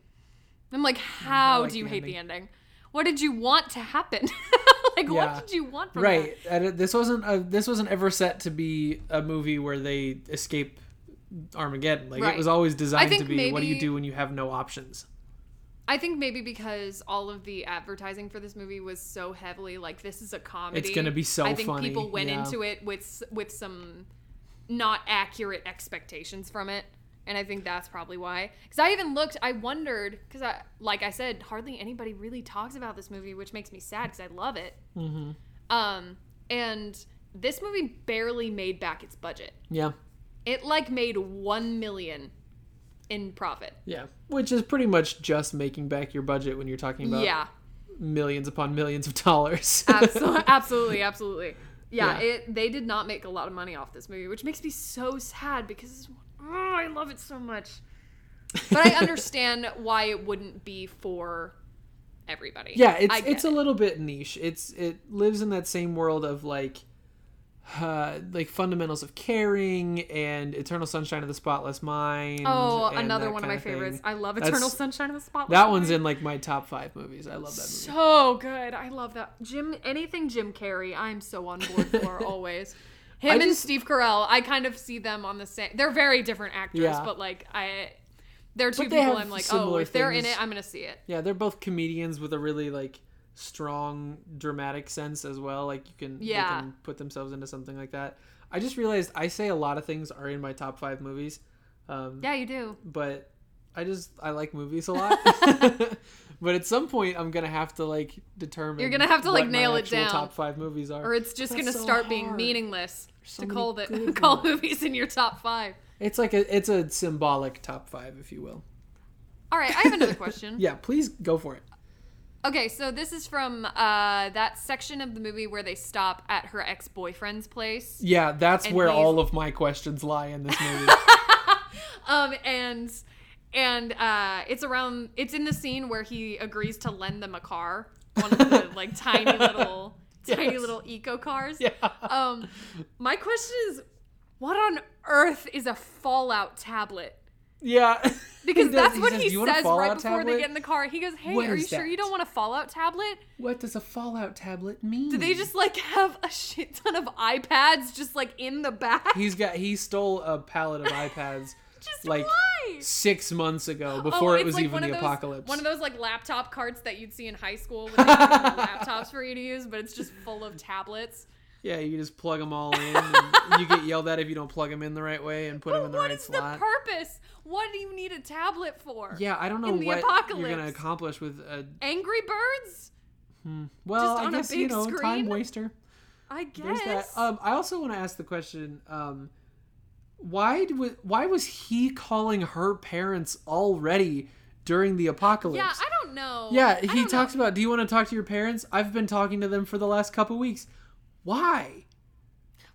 [SPEAKER 2] I'm like, how
[SPEAKER 1] like
[SPEAKER 2] do you
[SPEAKER 1] the
[SPEAKER 2] hate
[SPEAKER 1] ending.
[SPEAKER 2] the ending? What did you want to happen? like,
[SPEAKER 1] Yeah.
[SPEAKER 2] what did you want from
[SPEAKER 1] Right. I don't- This wasn't a, this wasn't ever set to be a movie where they escape Armageddon. Like
[SPEAKER 2] Right.
[SPEAKER 1] it was always designed to
[SPEAKER 2] think
[SPEAKER 1] be what do you
[SPEAKER 2] maybe-
[SPEAKER 1] do when you have no options?
[SPEAKER 2] I think maybe because all of the advertising for this movie was so heavily like this is a comedy.
[SPEAKER 1] gonna be so
[SPEAKER 2] I think
[SPEAKER 1] funny,
[SPEAKER 2] people went
[SPEAKER 1] yeah.
[SPEAKER 2] into it with s- with some not accurate expectations from it, and I think that's probably why. Because I even looked, I wondered because I like I said, hardly anybody really talks about this movie, which makes me sad because I love it.
[SPEAKER 1] Mm-hmm.
[SPEAKER 2] Um, and this movie barely made back its budget.
[SPEAKER 1] Yeah.
[SPEAKER 2] It like made one million in profit.
[SPEAKER 1] Yeah. Which is pretty much just making back your budget when you're talking about
[SPEAKER 2] yeah.
[SPEAKER 1] millions upon millions of dollars.
[SPEAKER 2] absolutely, absolutely, absolutely. Yeah,
[SPEAKER 1] Yeah.
[SPEAKER 2] It, they did not make a lot of money off this movie, which makes me so sad because oh, I love it so much. But I understand why it wouldn't be for everybody.
[SPEAKER 1] Yeah, it's
[SPEAKER 2] I get
[SPEAKER 1] it's a
[SPEAKER 2] it.
[SPEAKER 1] little bit niche. It's it lives in that same world of like uh, like fundamentals of caring and Eternal Sunshine of the Spotless Mind.
[SPEAKER 2] oh
[SPEAKER 1] and
[SPEAKER 2] another
[SPEAKER 1] that
[SPEAKER 2] one of my
[SPEAKER 1] kinda thing.
[SPEAKER 2] favorites. I love
[SPEAKER 1] That's-
[SPEAKER 2] Eternal Sunshine of the Spotless.
[SPEAKER 1] That one's
[SPEAKER 2] Mind.
[SPEAKER 1] in like my top five movies. I love that movie.
[SPEAKER 2] so good. I love that Jim. Anything Jim Carrey, I'm so on board for always. Him and
[SPEAKER 1] just-
[SPEAKER 2] Steve Carell, I kind of see them on the same. They're very different actors,
[SPEAKER 1] Yeah.
[SPEAKER 2] but like I, they're two
[SPEAKER 1] But they
[SPEAKER 2] people
[SPEAKER 1] have
[SPEAKER 2] I'm like, oh,
[SPEAKER 1] similar
[SPEAKER 2] if they're in
[SPEAKER 1] things.
[SPEAKER 2] it, I'm gonna see it.
[SPEAKER 1] Yeah, they're both comedians with a really like strong dramatic sense as well. Like you can, they
[SPEAKER 2] Yeah.
[SPEAKER 1] can put themselves into something like that. I just realized I say a lot of things are in my top five movies. Um,
[SPEAKER 2] Yeah, you do.
[SPEAKER 1] but I just I like movies a lot. but at some point, I'm gonna have to like determine.
[SPEAKER 2] You're gonna have to,
[SPEAKER 1] what
[SPEAKER 2] like,
[SPEAKER 1] my
[SPEAKER 2] nail it
[SPEAKER 1] actual
[SPEAKER 2] down.
[SPEAKER 1] Top five movies are.
[SPEAKER 2] Or it's just
[SPEAKER 1] That's
[SPEAKER 2] gonna
[SPEAKER 1] so
[SPEAKER 2] start being
[SPEAKER 1] hard.
[SPEAKER 2] meaningless
[SPEAKER 1] so
[SPEAKER 2] to
[SPEAKER 1] many
[SPEAKER 2] call the
[SPEAKER 1] good
[SPEAKER 2] call
[SPEAKER 1] ones.
[SPEAKER 2] movies in your top five.
[SPEAKER 1] It's like a it's a symbolic top five, if you will.
[SPEAKER 2] All right, I have another question.
[SPEAKER 1] Yeah, please go for it.
[SPEAKER 2] Okay, so this is from uh, that section of the movie where they stop at her ex boyfriend's place.
[SPEAKER 1] Yeah, that's
[SPEAKER 2] And
[SPEAKER 1] where
[SPEAKER 2] please-
[SPEAKER 1] all of my questions lie in this movie.
[SPEAKER 2] um and and uh it's around it's in the scene where he agrees to lend them a car one of the like tiny little tiny
[SPEAKER 1] Yes.
[SPEAKER 2] little eco cars
[SPEAKER 1] yeah.
[SPEAKER 2] um my question is what on earth is a fallout tablet
[SPEAKER 1] Yeah.
[SPEAKER 2] because
[SPEAKER 1] He does-
[SPEAKER 2] that's what
[SPEAKER 1] says,
[SPEAKER 2] he
[SPEAKER 1] "Do you
[SPEAKER 2] says
[SPEAKER 1] want a
[SPEAKER 2] right
[SPEAKER 1] Fallout
[SPEAKER 2] before they
[SPEAKER 1] tablet?"
[SPEAKER 2] get in the car he goes hey
[SPEAKER 1] What
[SPEAKER 2] are you
[SPEAKER 1] is
[SPEAKER 2] sure you
[SPEAKER 1] that?"
[SPEAKER 2] don't want a fallout tablet
[SPEAKER 1] What does a Fallout tablet mean?
[SPEAKER 2] do they just like have a shit ton of ipads just like in the back
[SPEAKER 1] He's got. He stole a pallet of iPads
[SPEAKER 2] just
[SPEAKER 1] like,
[SPEAKER 2] why
[SPEAKER 1] six months ago
[SPEAKER 2] Oh,
[SPEAKER 1] before it
[SPEAKER 2] it's
[SPEAKER 1] was
[SPEAKER 2] like
[SPEAKER 1] even
[SPEAKER 2] one
[SPEAKER 1] the
[SPEAKER 2] of those-
[SPEAKER 1] apocalypse.
[SPEAKER 2] One of those like laptop carts that you'd see in high school with like, laptops for you to use, but it's just full of tablets.
[SPEAKER 1] Yeah, you just plug them all in. And you get yelled at if you don't plug them in the right way and put them in the
[SPEAKER 2] what
[SPEAKER 1] right
[SPEAKER 2] is
[SPEAKER 1] slot.
[SPEAKER 2] the purpose? What do you need a tablet for?
[SPEAKER 1] yeah, I don't know
[SPEAKER 2] in the
[SPEAKER 1] what you're gonna
[SPEAKER 2] apocalypse?
[SPEAKER 1] accomplish with a
[SPEAKER 2] Angry Birds?
[SPEAKER 1] well.
[SPEAKER 2] Just
[SPEAKER 1] I
[SPEAKER 2] on a
[SPEAKER 1] guess you
[SPEAKER 2] big
[SPEAKER 1] know, time
[SPEAKER 2] screen?
[SPEAKER 1] waster.
[SPEAKER 2] I guess.
[SPEAKER 1] There's that. Um, I also want to ask the question: um, Why was why was he calling her parents already during the apocalypse?
[SPEAKER 2] yeah, I don't know.
[SPEAKER 1] Yeah,
[SPEAKER 2] I
[SPEAKER 1] he
[SPEAKER 2] don't
[SPEAKER 1] talks
[SPEAKER 2] know.
[SPEAKER 1] about. Do you want to talk to your parents? I've been talking to them for the last couple weeks. Why?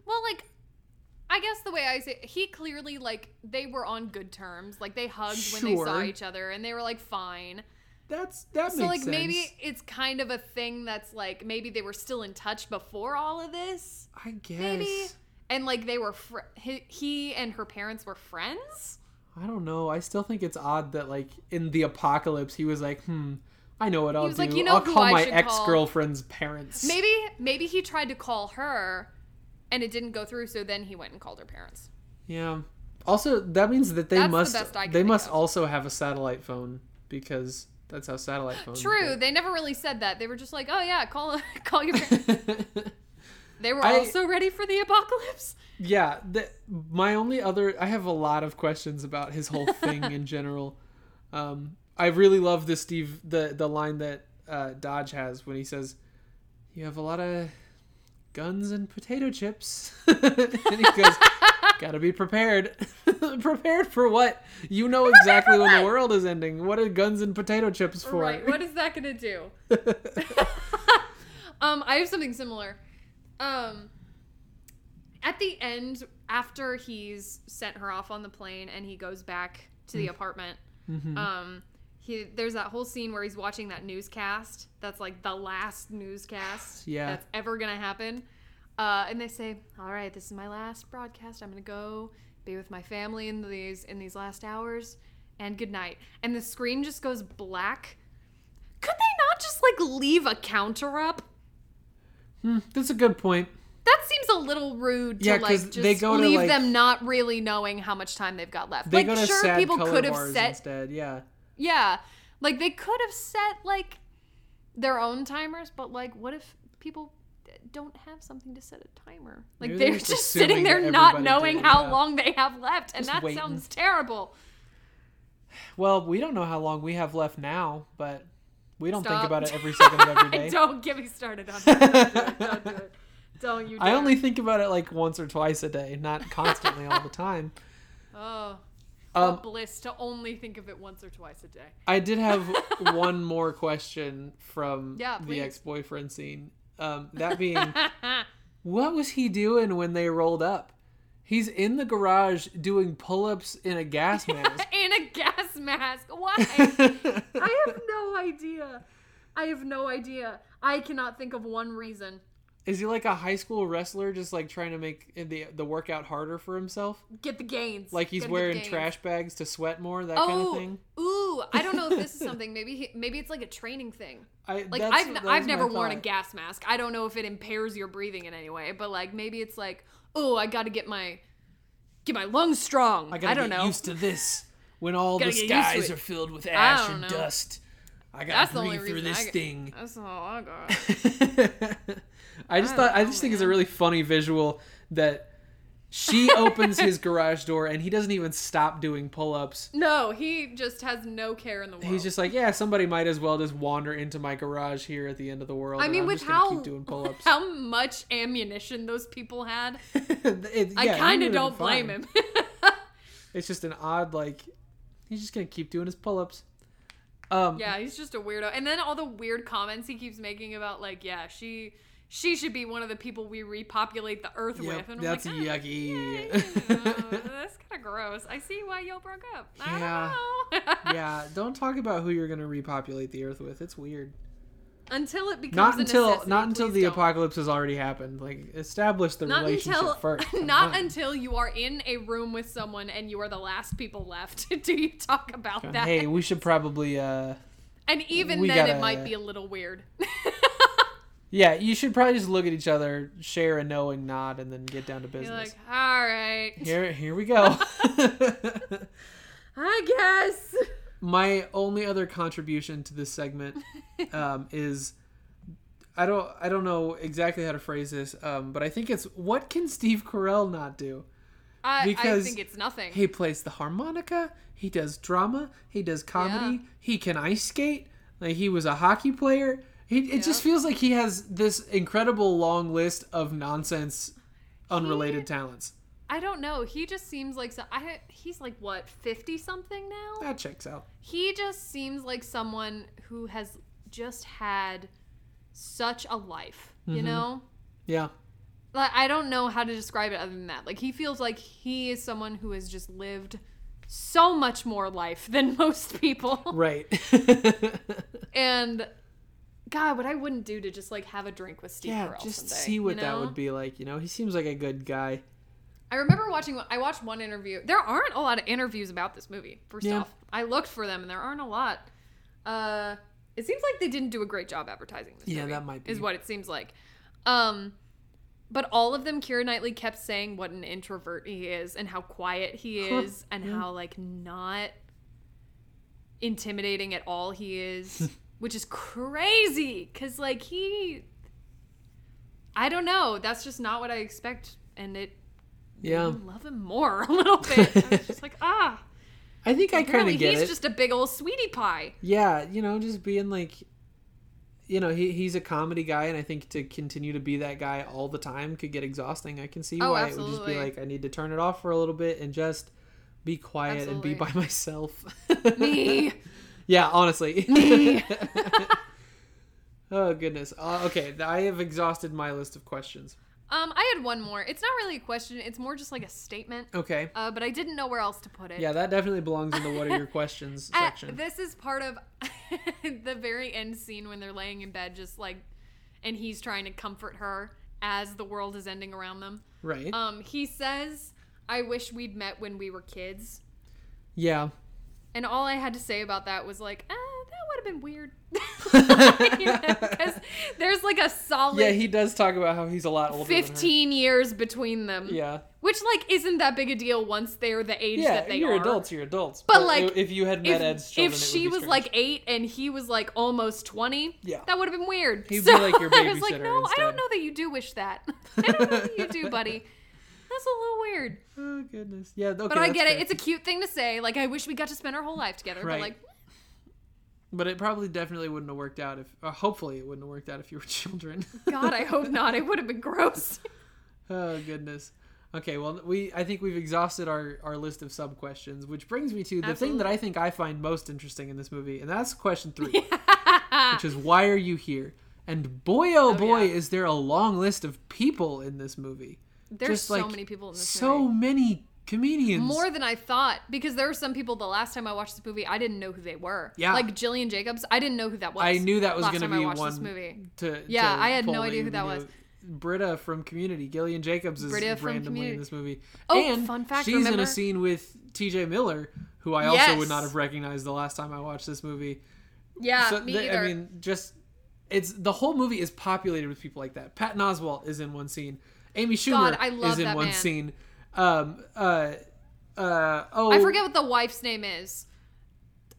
[SPEAKER 2] Well, like I guess the way I say he clearly like they were on good terms. Like they hugged when they saw
[SPEAKER 1] Sure.
[SPEAKER 2] each other and they were like fine.
[SPEAKER 1] That's that
[SPEAKER 2] So
[SPEAKER 1] makes
[SPEAKER 2] like
[SPEAKER 1] sense.
[SPEAKER 2] maybe it's kind of a thing that's like maybe they were still in touch before all of this,
[SPEAKER 1] I guess
[SPEAKER 2] maybe, and like they were fr- he, he and her parents were friends.
[SPEAKER 1] I don't know. I still think it's odd that like in the apocalypse he was like, "Hmm, I know what I'll
[SPEAKER 2] was
[SPEAKER 1] do.
[SPEAKER 2] like, "You know
[SPEAKER 1] I'll
[SPEAKER 2] who
[SPEAKER 1] call
[SPEAKER 2] I
[SPEAKER 1] my
[SPEAKER 2] should call?"
[SPEAKER 1] ex-girlfriend's parents."
[SPEAKER 2] Maybe maybe he tried to call her, and it didn't go through. So then he went and called her parents.
[SPEAKER 1] Yeah. Also, that means that they
[SPEAKER 2] That's the
[SPEAKER 1] must
[SPEAKER 2] best I can
[SPEAKER 1] they
[SPEAKER 2] think
[SPEAKER 1] must
[SPEAKER 2] of.
[SPEAKER 1] also have a satellite phone because that's how satellite phones.
[SPEAKER 2] True,
[SPEAKER 1] work.
[SPEAKER 2] they never really said that. They were just like, oh yeah, call call your parents. They were
[SPEAKER 1] I-
[SPEAKER 2] also ready for the apocalypse.
[SPEAKER 1] yeah. The, my only other I have a lot of questions about his whole thing in general. Um, I really love the Steve the the line that uh, Dodge has when he says, "You have a lot of guns and potato chips," and he goes. Gotta be prepared. prepared for what? You know exactly when the
[SPEAKER 2] what?
[SPEAKER 1] world is ending. What are guns and potato chips for?
[SPEAKER 2] Right. What is that gonna do? um, I have something similar. Um, at the end, after he's sent her off on the plane and he goes back to the apartment, um, he there's that whole scene where he's watching that newscast. That's like the last newscast
[SPEAKER 1] Yeah.
[SPEAKER 2] that's ever gonna happen. Uh, and they say, "All right, this is my last broadcast. I'm gonna go be with my family in these in these last hours." And good night. And the screen just goes black. Could they not just like leave a counter up?
[SPEAKER 1] Hmm, that's a good point.
[SPEAKER 2] That seems a little rude to
[SPEAKER 1] Yeah, 'cause
[SPEAKER 2] like just
[SPEAKER 1] they go to,
[SPEAKER 2] leave
[SPEAKER 1] like-
[SPEAKER 2] them not really knowing how much time they've got left.
[SPEAKER 1] They
[SPEAKER 2] like
[SPEAKER 1] go to
[SPEAKER 2] sure
[SPEAKER 1] sad
[SPEAKER 2] people
[SPEAKER 1] color
[SPEAKER 2] could have
[SPEAKER 1] bars
[SPEAKER 2] set
[SPEAKER 1] instead. Yeah,
[SPEAKER 2] yeah. Like they could have set like their own timers, but like what if people don't have something to set a timer? Like
[SPEAKER 1] Maybe they're
[SPEAKER 2] they're
[SPEAKER 1] just
[SPEAKER 2] just
[SPEAKER 1] assuming
[SPEAKER 2] sitting there
[SPEAKER 1] that
[SPEAKER 2] not
[SPEAKER 1] everybody
[SPEAKER 2] knowing
[SPEAKER 1] did,
[SPEAKER 2] how
[SPEAKER 1] yeah.
[SPEAKER 2] long they have left and
[SPEAKER 1] Just
[SPEAKER 2] that
[SPEAKER 1] waiting.
[SPEAKER 2] sounds terrible.
[SPEAKER 1] Well, we don't know how long we have left now, but we don't
[SPEAKER 2] Stop.
[SPEAKER 1] think about it every second of every day.
[SPEAKER 2] don't get me started on that. Don't do it. Don't do it. Don't you
[SPEAKER 1] I
[SPEAKER 2] dare.
[SPEAKER 1] only think about it like once or twice a day, not constantly all the time.
[SPEAKER 2] Oh,
[SPEAKER 1] Um,
[SPEAKER 2] what bliss to only think of it once or twice a day.
[SPEAKER 1] I did have one more question from
[SPEAKER 2] Yeah,
[SPEAKER 1] the
[SPEAKER 2] please.
[SPEAKER 1] ex-boyfriend scene. Um, that being, what was he doing when they rolled up? He's in the garage doing pull-ups in a gas mask.
[SPEAKER 2] In a gas mask. Why? I have no idea. I have no idea. I cannot think of one reason.
[SPEAKER 1] Is he like a high school wrestler, just like trying to make the the workout harder for himself?
[SPEAKER 2] Get the gains.
[SPEAKER 1] Like he's
[SPEAKER 2] Gotta get
[SPEAKER 1] wearing
[SPEAKER 2] gains.
[SPEAKER 1] trash bags to sweat more, that kind of
[SPEAKER 2] Oh,
[SPEAKER 1] thing.
[SPEAKER 2] ooh! I don't know if this is something. Maybe he, maybe it's like a training thing.
[SPEAKER 1] I,
[SPEAKER 2] Like
[SPEAKER 1] that's-
[SPEAKER 2] I've
[SPEAKER 1] that was
[SPEAKER 2] I've
[SPEAKER 1] my
[SPEAKER 2] never worn a
[SPEAKER 1] thought.
[SPEAKER 2] gas mask. I don't know if it impairs your breathing in any way, but like maybe it's like, oh, I got to get my get my lungs strong.
[SPEAKER 1] I
[SPEAKER 2] I,
[SPEAKER 1] gotta
[SPEAKER 2] don't
[SPEAKER 1] get
[SPEAKER 2] know.
[SPEAKER 1] used to this when all the
[SPEAKER 2] Gotta get used to
[SPEAKER 1] skies
[SPEAKER 2] it.
[SPEAKER 1] are filled with
[SPEAKER 2] I
[SPEAKER 1] ash
[SPEAKER 2] don't
[SPEAKER 1] and
[SPEAKER 2] know.
[SPEAKER 1] dust. I gotta
[SPEAKER 2] That's the only
[SPEAKER 1] breathe through
[SPEAKER 2] reason
[SPEAKER 1] this
[SPEAKER 2] I get-
[SPEAKER 1] thing.
[SPEAKER 2] That's all I got.
[SPEAKER 1] I just
[SPEAKER 2] I
[SPEAKER 1] thought I
[SPEAKER 2] don't
[SPEAKER 1] just think it's a
[SPEAKER 2] know,
[SPEAKER 1] really funny visual that she opens his garage door and he doesn't even stop doing pull-ups.
[SPEAKER 2] No, he just has no care in the world.
[SPEAKER 1] He's just like, yeah, somebody might as well just wander into my garage here at the end of the world.
[SPEAKER 2] I
[SPEAKER 1] and
[SPEAKER 2] mean,
[SPEAKER 1] I'm
[SPEAKER 2] with
[SPEAKER 1] just gonna
[SPEAKER 2] how
[SPEAKER 1] keep doing pull-ups.
[SPEAKER 2] how much ammunition those people had,
[SPEAKER 1] It-
[SPEAKER 2] I
[SPEAKER 1] yeah, he
[SPEAKER 2] kind of
[SPEAKER 1] would've
[SPEAKER 2] don't
[SPEAKER 1] been
[SPEAKER 2] blame
[SPEAKER 1] fine.
[SPEAKER 2] him.
[SPEAKER 1] It's just an odd like he's just gonna keep doing his pull-ups. Um,
[SPEAKER 2] yeah, he's just a weirdo. And then all the weird comments he keeps making about like, yeah, she she should be one of the people we repopulate the earth
[SPEAKER 1] yep,
[SPEAKER 2] with. And
[SPEAKER 1] that's
[SPEAKER 2] I'm like,
[SPEAKER 1] yucky.
[SPEAKER 2] "Ah, yeah, that's kind of gross. I see why y'all broke up. I don't know.
[SPEAKER 1] yeah, don't talk about who you're gonna repopulate the earth with. It's weird.
[SPEAKER 2] until it becomes
[SPEAKER 1] not
[SPEAKER 2] a
[SPEAKER 1] until
[SPEAKER 2] necessity,
[SPEAKER 1] not until
[SPEAKER 2] please
[SPEAKER 1] the
[SPEAKER 2] don't.
[SPEAKER 1] apocalypse has already happened. Like establish the
[SPEAKER 2] Not
[SPEAKER 1] relationship
[SPEAKER 2] until
[SPEAKER 1] first. Come
[SPEAKER 2] not
[SPEAKER 1] on.
[SPEAKER 2] until you are in a room with someone and you are the last people left. Do you talk about that?
[SPEAKER 1] Hey, we should probably. uh
[SPEAKER 2] And even
[SPEAKER 1] We
[SPEAKER 2] then,
[SPEAKER 1] gotta-
[SPEAKER 2] it might be a little weird.
[SPEAKER 1] Yeah, you should probably just look at each other, share a knowing nod, and then get down to
[SPEAKER 2] You're
[SPEAKER 1] business.
[SPEAKER 2] like, all right,
[SPEAKER 1] Here, here we go.
[SPEAKER 2] I guess.
[SPEAKER 1] My only other contribution to this segment um, is. I don't I don't know exactly how to phrase this, um, but I think it's what can Steve Carell not do?
[SPEAKER 2] I, I
[SPEAKER 1] Because
[SPEAKER 2] think it's nothing.
[SPEAKER 1] He plays the harmonica. He does drama. He does comedy.
[SPEAKER 2] Yeah.
[SPEAKER 1] He can ice skate. Like he was a hockey player. He, it just feels like he has this incredible long list of nonsense, unrelated
[SPEAKER 2] He-
[SPEAKER 1] talents.
[SPEAKER 2] I don't know. He just seems like so. I he's like what fifty something now.
[SPEAKER 1] That checks out.
[SPEAKER 2] He just seems like someone who has just had such a life.
[SPEAKER 1] Mm-hmm.
[SPEAKER 2] You know,
[SPEAKER 1] Yeah,
[SPEAKER 2] like I don't know how to describe it other than that. Like he feels like he is someone who has just lived so much more life than most people.
[SPEAKER 1] Right.
[SPEAKER 2] and God, what I wouldn't do to just like have a drink with Steve
[SPEAKER 1] yeah,
[SPEAKER 2] Carell
[SPEAKER 1] just
[SPEAKER 2] someday,
[SPEAKER 1] see
[SPEAKER 2] you
[SPEAKER 1] what that
[SPEAKER 2] know?
[SPEAKER 1] would be like. You know, he seems like a good guy.
[SPEAKER 2] I remember watching. I watched one interview. There aren't a lot of interviews about this movie. First
[SPEAKER 1] Yeah.
[SPEAKER 2] off, I looked for them, and there aren't a lot. Uh, it seems like they didn't do a great job advertising this.
[SPEAKER 1] Yeah,
[SPEAKER 2] movie,
[SPEAKER 1] that might
[SPEAKER 2] is
[SPEAKER 1] be.
[SPEAKER 2] what it seems like. Um, but all of them, Kira Knightley kept saying what an introvert he is, and how quiet he
[SPEAKER 1] Huh,
[SPEAKER 2] is, and
[SPEAKER 1] yeah.
[SPEAKER 2] how like not intimidating at all he is, which is crazy because like he. I don't know. That's just not what I expect, and it
[SPEAKER 1] Yeah,
[SPEAKER 2] I love him more a little bit. I was just like, ah,
[SPEAKER 1] Um, I think I kind
[SPEAKER 2] apparently
[SPEAKER 1] of get
[SPEAKER 2] he's
[SPEAKER 1] it.
[SPEAKER 2] just a big old sweetie pie.
[SPEAKER 1] yeah, you know, just being like, you know, he he's a comedy guy, and I think to continue to be that guy all the time could get exhausting. I can see
[SPEAKER 2] Oh,
[SPEAKER 1] why it would just be
[SPEAKER 2] absolutely.
[SPEAKER 1] like, I need to turn it off for a little bit and just be quiet
[SPEAKER 2] Absolutely.
[SPEAKER 1] and be by myself.
[SPEAKER 2] Me,
[SPEAKER 1] yeah, honestly.
[SPEAKER 2] me.
[SPEAKER 1] oh goodness. Uh, okay, th- I have exhausted my list of questions.
[SPEAKER 2] um, I had one more. It's not really a question. It's more just like a statement.
[SPEAKER 1] Okay.
[SPEAKER 2] Uh, but I didn't know where else to put it.
[SPEAKER 1] Yeah, that definitely belongs in the what are your questions
[SPEAKER 2] Uh,
[SPEAKER 1] section.
[SPEAKER 2] this is part of the very end scene when they're laying in bed, just like, and he's trying to comfort her as the world is ending around them.
[SPEAKER 1] right.
[SPEAKER 2] Um, he says, "I wish we'd met when we were kids."
[SPEAKER 1] yeah.
[SPEAKER 2] And all I had to say about that was like, ah, that would have been weird. You know, 'cause there's like a solid
[SPEAKER 1] Yeah, he does talk about how he's a lot older. than her.
[SPEAKER 2] 15 years between them.
[SPEAKER 1] Yeah.
[SPEAKER 2] Which like isn't that big a deal once they're the age
[SPEAKER 1] Yeah,
[SPEAKER 2] that they
[SPEAKER 1] you're
[SPEAKER 2] are.
[SPEAKER 1] adults. You're adults.
[SPEAKER 2] But, like,
[SPEAKER 1] if you had met
[SPEAKER 2] If,
[SPEAKER 1] Ed's
[SPEAKER 2] if
[SPEAKER 1] children, it would
[SPEAKER 2] she
[SPEAKER 1] be
[SPEAKER 2] was
[SPEAKER 1] strange.
[SPEAKER 2] like eight and he was like almost 20,
[SPEAKER 1] Yeah.
[SPEAKER 2] that would have been weird.
[SPEAKER 1] He'd
[SPEAKER 2] so
[SPEAKER 1] be like your
[SPEAKER 2] I was like,
[SPEAKER 1] babysitter
[SPEAKER 2] no, I
[SPEAKER 1] instead."
[SPEAKER 2] don't know that you do wish that. I don't know that you do, buddy. That's a little weird.
[SPEAKER 1] oh goodness, yeah. Okay,
[SPEAKER 2] But I
[SPEAKER 1] that's
[SPEAKER 2] get it.
[SPEAKER 1] fair.
[SPEAKER 2] It's a cute thing to say. Like, I wish we got to spend our whole life together.
[SPEAKER 1] Right.
[SPEAKER 2] But like,
[SPEAKER 1] but it probably definitely wouldn't have worked out if. Uh, hopefully, it wouldn't have worked out if you were children.
[SPEAKER 2] God, I hope not. It would have been gross.
[SPEAKER 1] oh goodness. Okay, well, we I think we've exhausted our our list of sub questions, which brings me to the thing that I think I find most interesting in this movie, and that's question three, which is why are you here? And boy, oh, boy,
[SPEAKER 2] yeah.
[SPEAKER 1] is there a long list of people in this movie.
[SPEAKER 2] There's
[SPEAKER 1] Just,
[SPEAKER 2] so
[SPEAKER 1] like,
[SPEAKER 2] many people in this
[SPEAKER 1] so
[SPEAKER 2] movie.
[SPEAKER 1] many comedians.
[SPEAKER 2] More than I thought, because there were some people the last time I watched this movie, I didn't know who they were.
[SPEAKER 1] Yeah.
[SPEAKER 2] Like Jillian Jacobs, I didn't know who that was.
[SPEAKER 1] I knew that was
[SPEAKER 2] last
[SPEAKER 1] going to
[SPEAKER 2] time I
[SPEAKER 1] be
[SPEAKER 2] watched
[SPEAKER 1] one
[SPEAKER 2] this movie.
[SPEAKER 1] to
[SPEAKER 2] Yeah,
[SPEAKER 1] to
[SPEAKER 2] I had no
[SPEAKER 1] pull
[SPEAKER 2] idea who that
[SPEAKER 1] you
[SPEAKER 2] was.
[SPEAKER 1] know, Britta from Community, Gillian Jacobs is
[SPEAKER 2] Britta from
[SPEAKER 1] randomly in
[SPEAKER 2] Community.
[SPEAKER 1] this movie.
[SPEAKER 2] Oh,
[SPEAKER 1] and
[SPEAKER 2] fun fact,
[SPEAKER 1] she's in a
[SPEAKER 2] remember-
[SPEAKER 1] scene with T.J. Miller, who I also would
[SPEAKER 2] Yes.
[SPEAKER 1] not have recognized the last time I watched this movie.
[SPEAKER 2] Yeah,
[SPEAKER 1] so
[SPEAKER 2] me
[SPEAKER 1] th-
[SPEAKER 2] either.
[SPEAKER 1] I mean, just it's the whole movie is populated with people like that. Patton Oswalt is in one scene. Amy Schumer
[SPEAKER 2] God, I love
[SPEAKER 1] is in
[SPEAKER 2] that
[SPEAKER 1] one
[SPEAKER 2] man.
[SPEAKER 1] scene. Um, uh, uh, oh,
[SPEAKER 2] I forget what the wife's name is.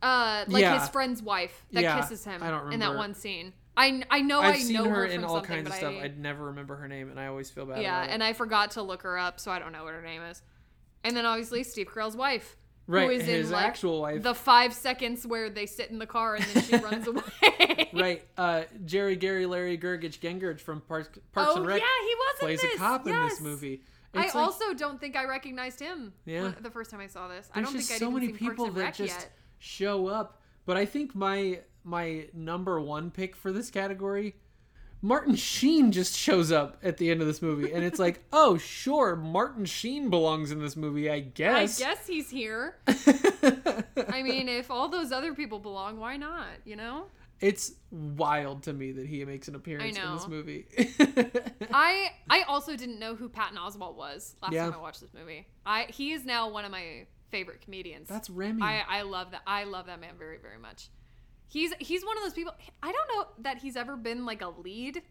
[SPEAKER 2] Uh, like
[SPEAKER 1] Yeah.
[SPEAKER 2] his friend's wife that
[SPEAKER 1] Yeah,
[SPEAKER 2] kisses him
[SPEAKER 1] I don't
[SPEAKER 2] in that
[SPEAKER 1] remember.
[SPEAKER 2] one scene. I, I know
[SPEAKER 1] oh, I've
[SPEAKER 2] I
[SPEAKER 1] seen
[SPEAKER 2] know
[SPEAKER 1] her,
[SPEAKER 2] from
[SPEAKER 1] in all
[SPEAKER 2] something,
[SPEAKER 1] kinds of
[SPEAKER 2] but
[SPEAKER 1] stuff.
[SPEAKER 2] I-
[SPEAKER 1] I... would never remember her name, and I always feel bad.
[SPEAKER 2] yeah,
[SPEAKER 1] about it.
[SPEAKER 2] and I forgot to look her up, so I don't know what her name is. And then obviously Steve Carell's wife,
[SPEAKER 1] right,
[SPEAKER 2] who is
[SPEAKER 1] his
[SPEAKER 2] in like
[SPEAKER 1] actual wife.
[SPEAKER 2] the five seconds where they sit in the car and then she runs away.
[SPEAKER 1] right. Uh, Jerry, Gary, Larry, Gergich, Gengerd from Parks, Parks
[SPEAKER 2] oh
[SPEAKER 1] and Rec
[SPEAKER 2] yeah, he was in
[SPEAKER 1] plays
[SPEAKER 2] this.
[SPEAKER 1] a cop in
[SPEAKER 2] yes.
[SPEAKER 1] this movie.
[SPEAKER 2] I
[SPEAKER 1] It's like,
[SPEAKER 2] also don't think I recognized him.
[SPEAKER 1] Yeah.
[SPEAKER 2] when- the first time I saw this, I
[SPEAKER 1] there's
[SPEAKER 2] don't
[SPEAKER 1] just
[SPEAKER 2] think I'd
[SPEAKER 1] so
[SPEAKER 2] even
[SPEAKER 1] many
[SPEAKER 2] seen Parks
[SPEAKER 1] people
[SPEAKER 2] and
[SPEAKER 1] that
[SPEAKER 2] Rec
[SPEAKER 1] just
[SPEAKER 2] yet.
[SPEAKER 1] show up. But I think my my number one pick for this category, Martin Sheen just shows up at the end of this movie, and it's like, oh sure, Martin Sheen belongs in this movie, I
[SPEAKER 2] I
[SPEAKER 1] guess.
[SPEAKER 2] guess he's here. I mean, if all those other people belong, why not? You know,
[SPEAKER 1] it's wild to me that he makes an appearance in this
[SPEAKER 2] know.
[SPEAKER 1] movie.
[SPEAKER 2] I I also didn't know who Patton Oswalt was last
[SPEAKER 1] Yeah.
[SPEAKER 2] time I watched this movie. I he is now one of my favorite comedians.
[SPEAKER 1] That's Remy.
[SPEAKER 2] I, I love that. I love that man very, very much. He's he's one of those people. I don't know that he's ever been like a lead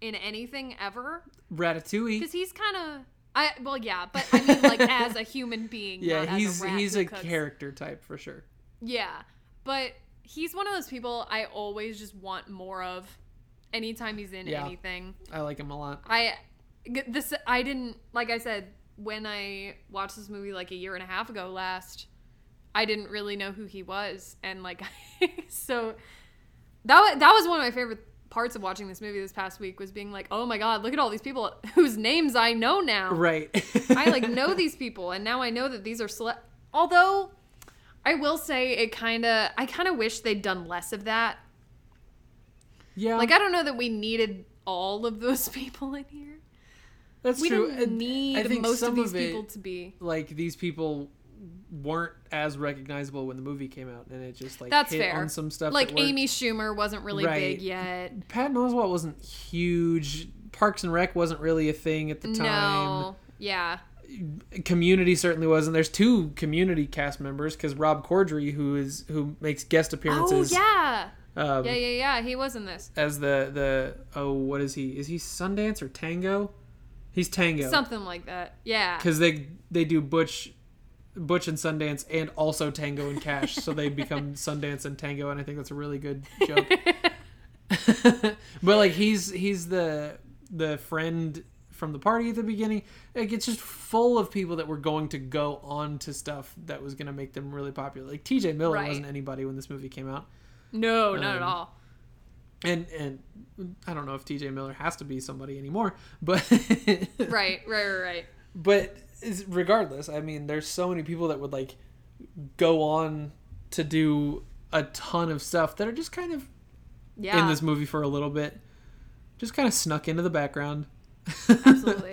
[SPEAKER 2] in anything ever
[SPEAKER 1] Ratatouille.
[SPEAKER 2] because he's kind of I well yeah, but I mean like as a human being. not
[SPEAKER 1] Yeah,
[SPEAKER 2] as
[SPEAKER 1] he's
[SPEAKER 2] a rat
[SPEAKER 1] he's
[SPEAKER 2] who
[SPEAKER 1] a
[SPEAKER 2] cooks.
[SPEAKER 1] character type for sure.
[SPEAKER 2] Yeah, but he's one of those people I always just want more of. Anytime he's in
[SPEAKER 1] Yeah.
[SPEAKER 2] anything,
[SPEAKER 1] I like him a lot.
[SPEAKER 2] I g- this I didn't like I said when I watched this movie like a year and a half ago last I didn't really know who he was and like so that wa- that was one of my favorite parts of watching this movie this past week was being like oh my god look at all these people whose names I know now
[SPEAKER 1] Right.
[SPEAKER 2] I like know these people, and now I know that these are select. Although, I will say it kind of. I kind of wish they'd done less of that.
[SPEAKER 1] yeah,
[SPEAKER 2] Like I don't know that we needed all of those people in here.
[SPEAKER 1] that's
[SPEAKER 2] we
[SPEAKER 1] true.
[SPEAKER 2] don't
[SPEAKER 1] And
[SPEAKER 2] need
[SPEAKER 1] I think
[SPEAKER 2] most of
[SPEAKER 1] some
[SPEAKER 2] these
[SPEAKER 1] it,
[SPEAKER 2] people to be.
[SPEAKER 1] like these people weren't as recognizable when the movie came out, and it just like
[SPEAKER 2] That's
[SPEAKER 1] hit
[SPEAKER 2] fair.
[SPEAKER 1] on some stuff.
[SPEAKER 2] like
[SPEAKER 1] that worked.
[SPEAKER 2] Amy Schumer wasn't really
[SPEAKER 1] Right.
[SPEAKER 2] big yet.
[SPEAKER 1] Patton Oswalt wasn't huge. Parks and Rec wasn't really a thing at the time.
[SPEAKER 2] No. Yeah.
[SPEAKER 1] Community certainly wasn't. There's two Community cast members because Rob Corddry, who is who makes guest
[SPEAKER 2] Oh
[SPEAKER 1] appearances,
[SPEAKER 2] yeah.
[SPEAKER 1] um,
[SPEAKER 2] Yeah, yeah, yeah. He was in this.
[SPEAKER 1] as the the oh what is he? Is he Sundance or Tango? He's Tango.
[SPEAKER 2] Something like that. Yeah.
[SPEAKER 1] because they they do Butch, Butch and Sundance, and also Tango and Cash, so they become Sundance and Tango, and I think that's a really good joke. but like he's he's the the friend from the party at the beginning. Like it's just full of people that were going to go on to stuff that was going to make them really popular. Like T.J. Miller
[SPEAKER 2] Right.
[SPEAKER 1] wasn't anybody when this movie came out,
[SPEAKER 2] No, not at
[SPEAKER 1] Um,
[SPEAKER 2] all.
[SPEAKER 1] and and I don't know if T.J. Miller has to be somebody anymore, but
[SPEAKER 2] Right, right, right, right.
[SPEAKER 1] but is- regardless, I mean, there's so many people that would like go on to do a ton of stuff that are just kind of
[SPEAKER 2] Yeah.
[SPEAKER 1] in this movie for a little bit, just kind of snuck into the background.
[SPEAKER 2] Absolutely.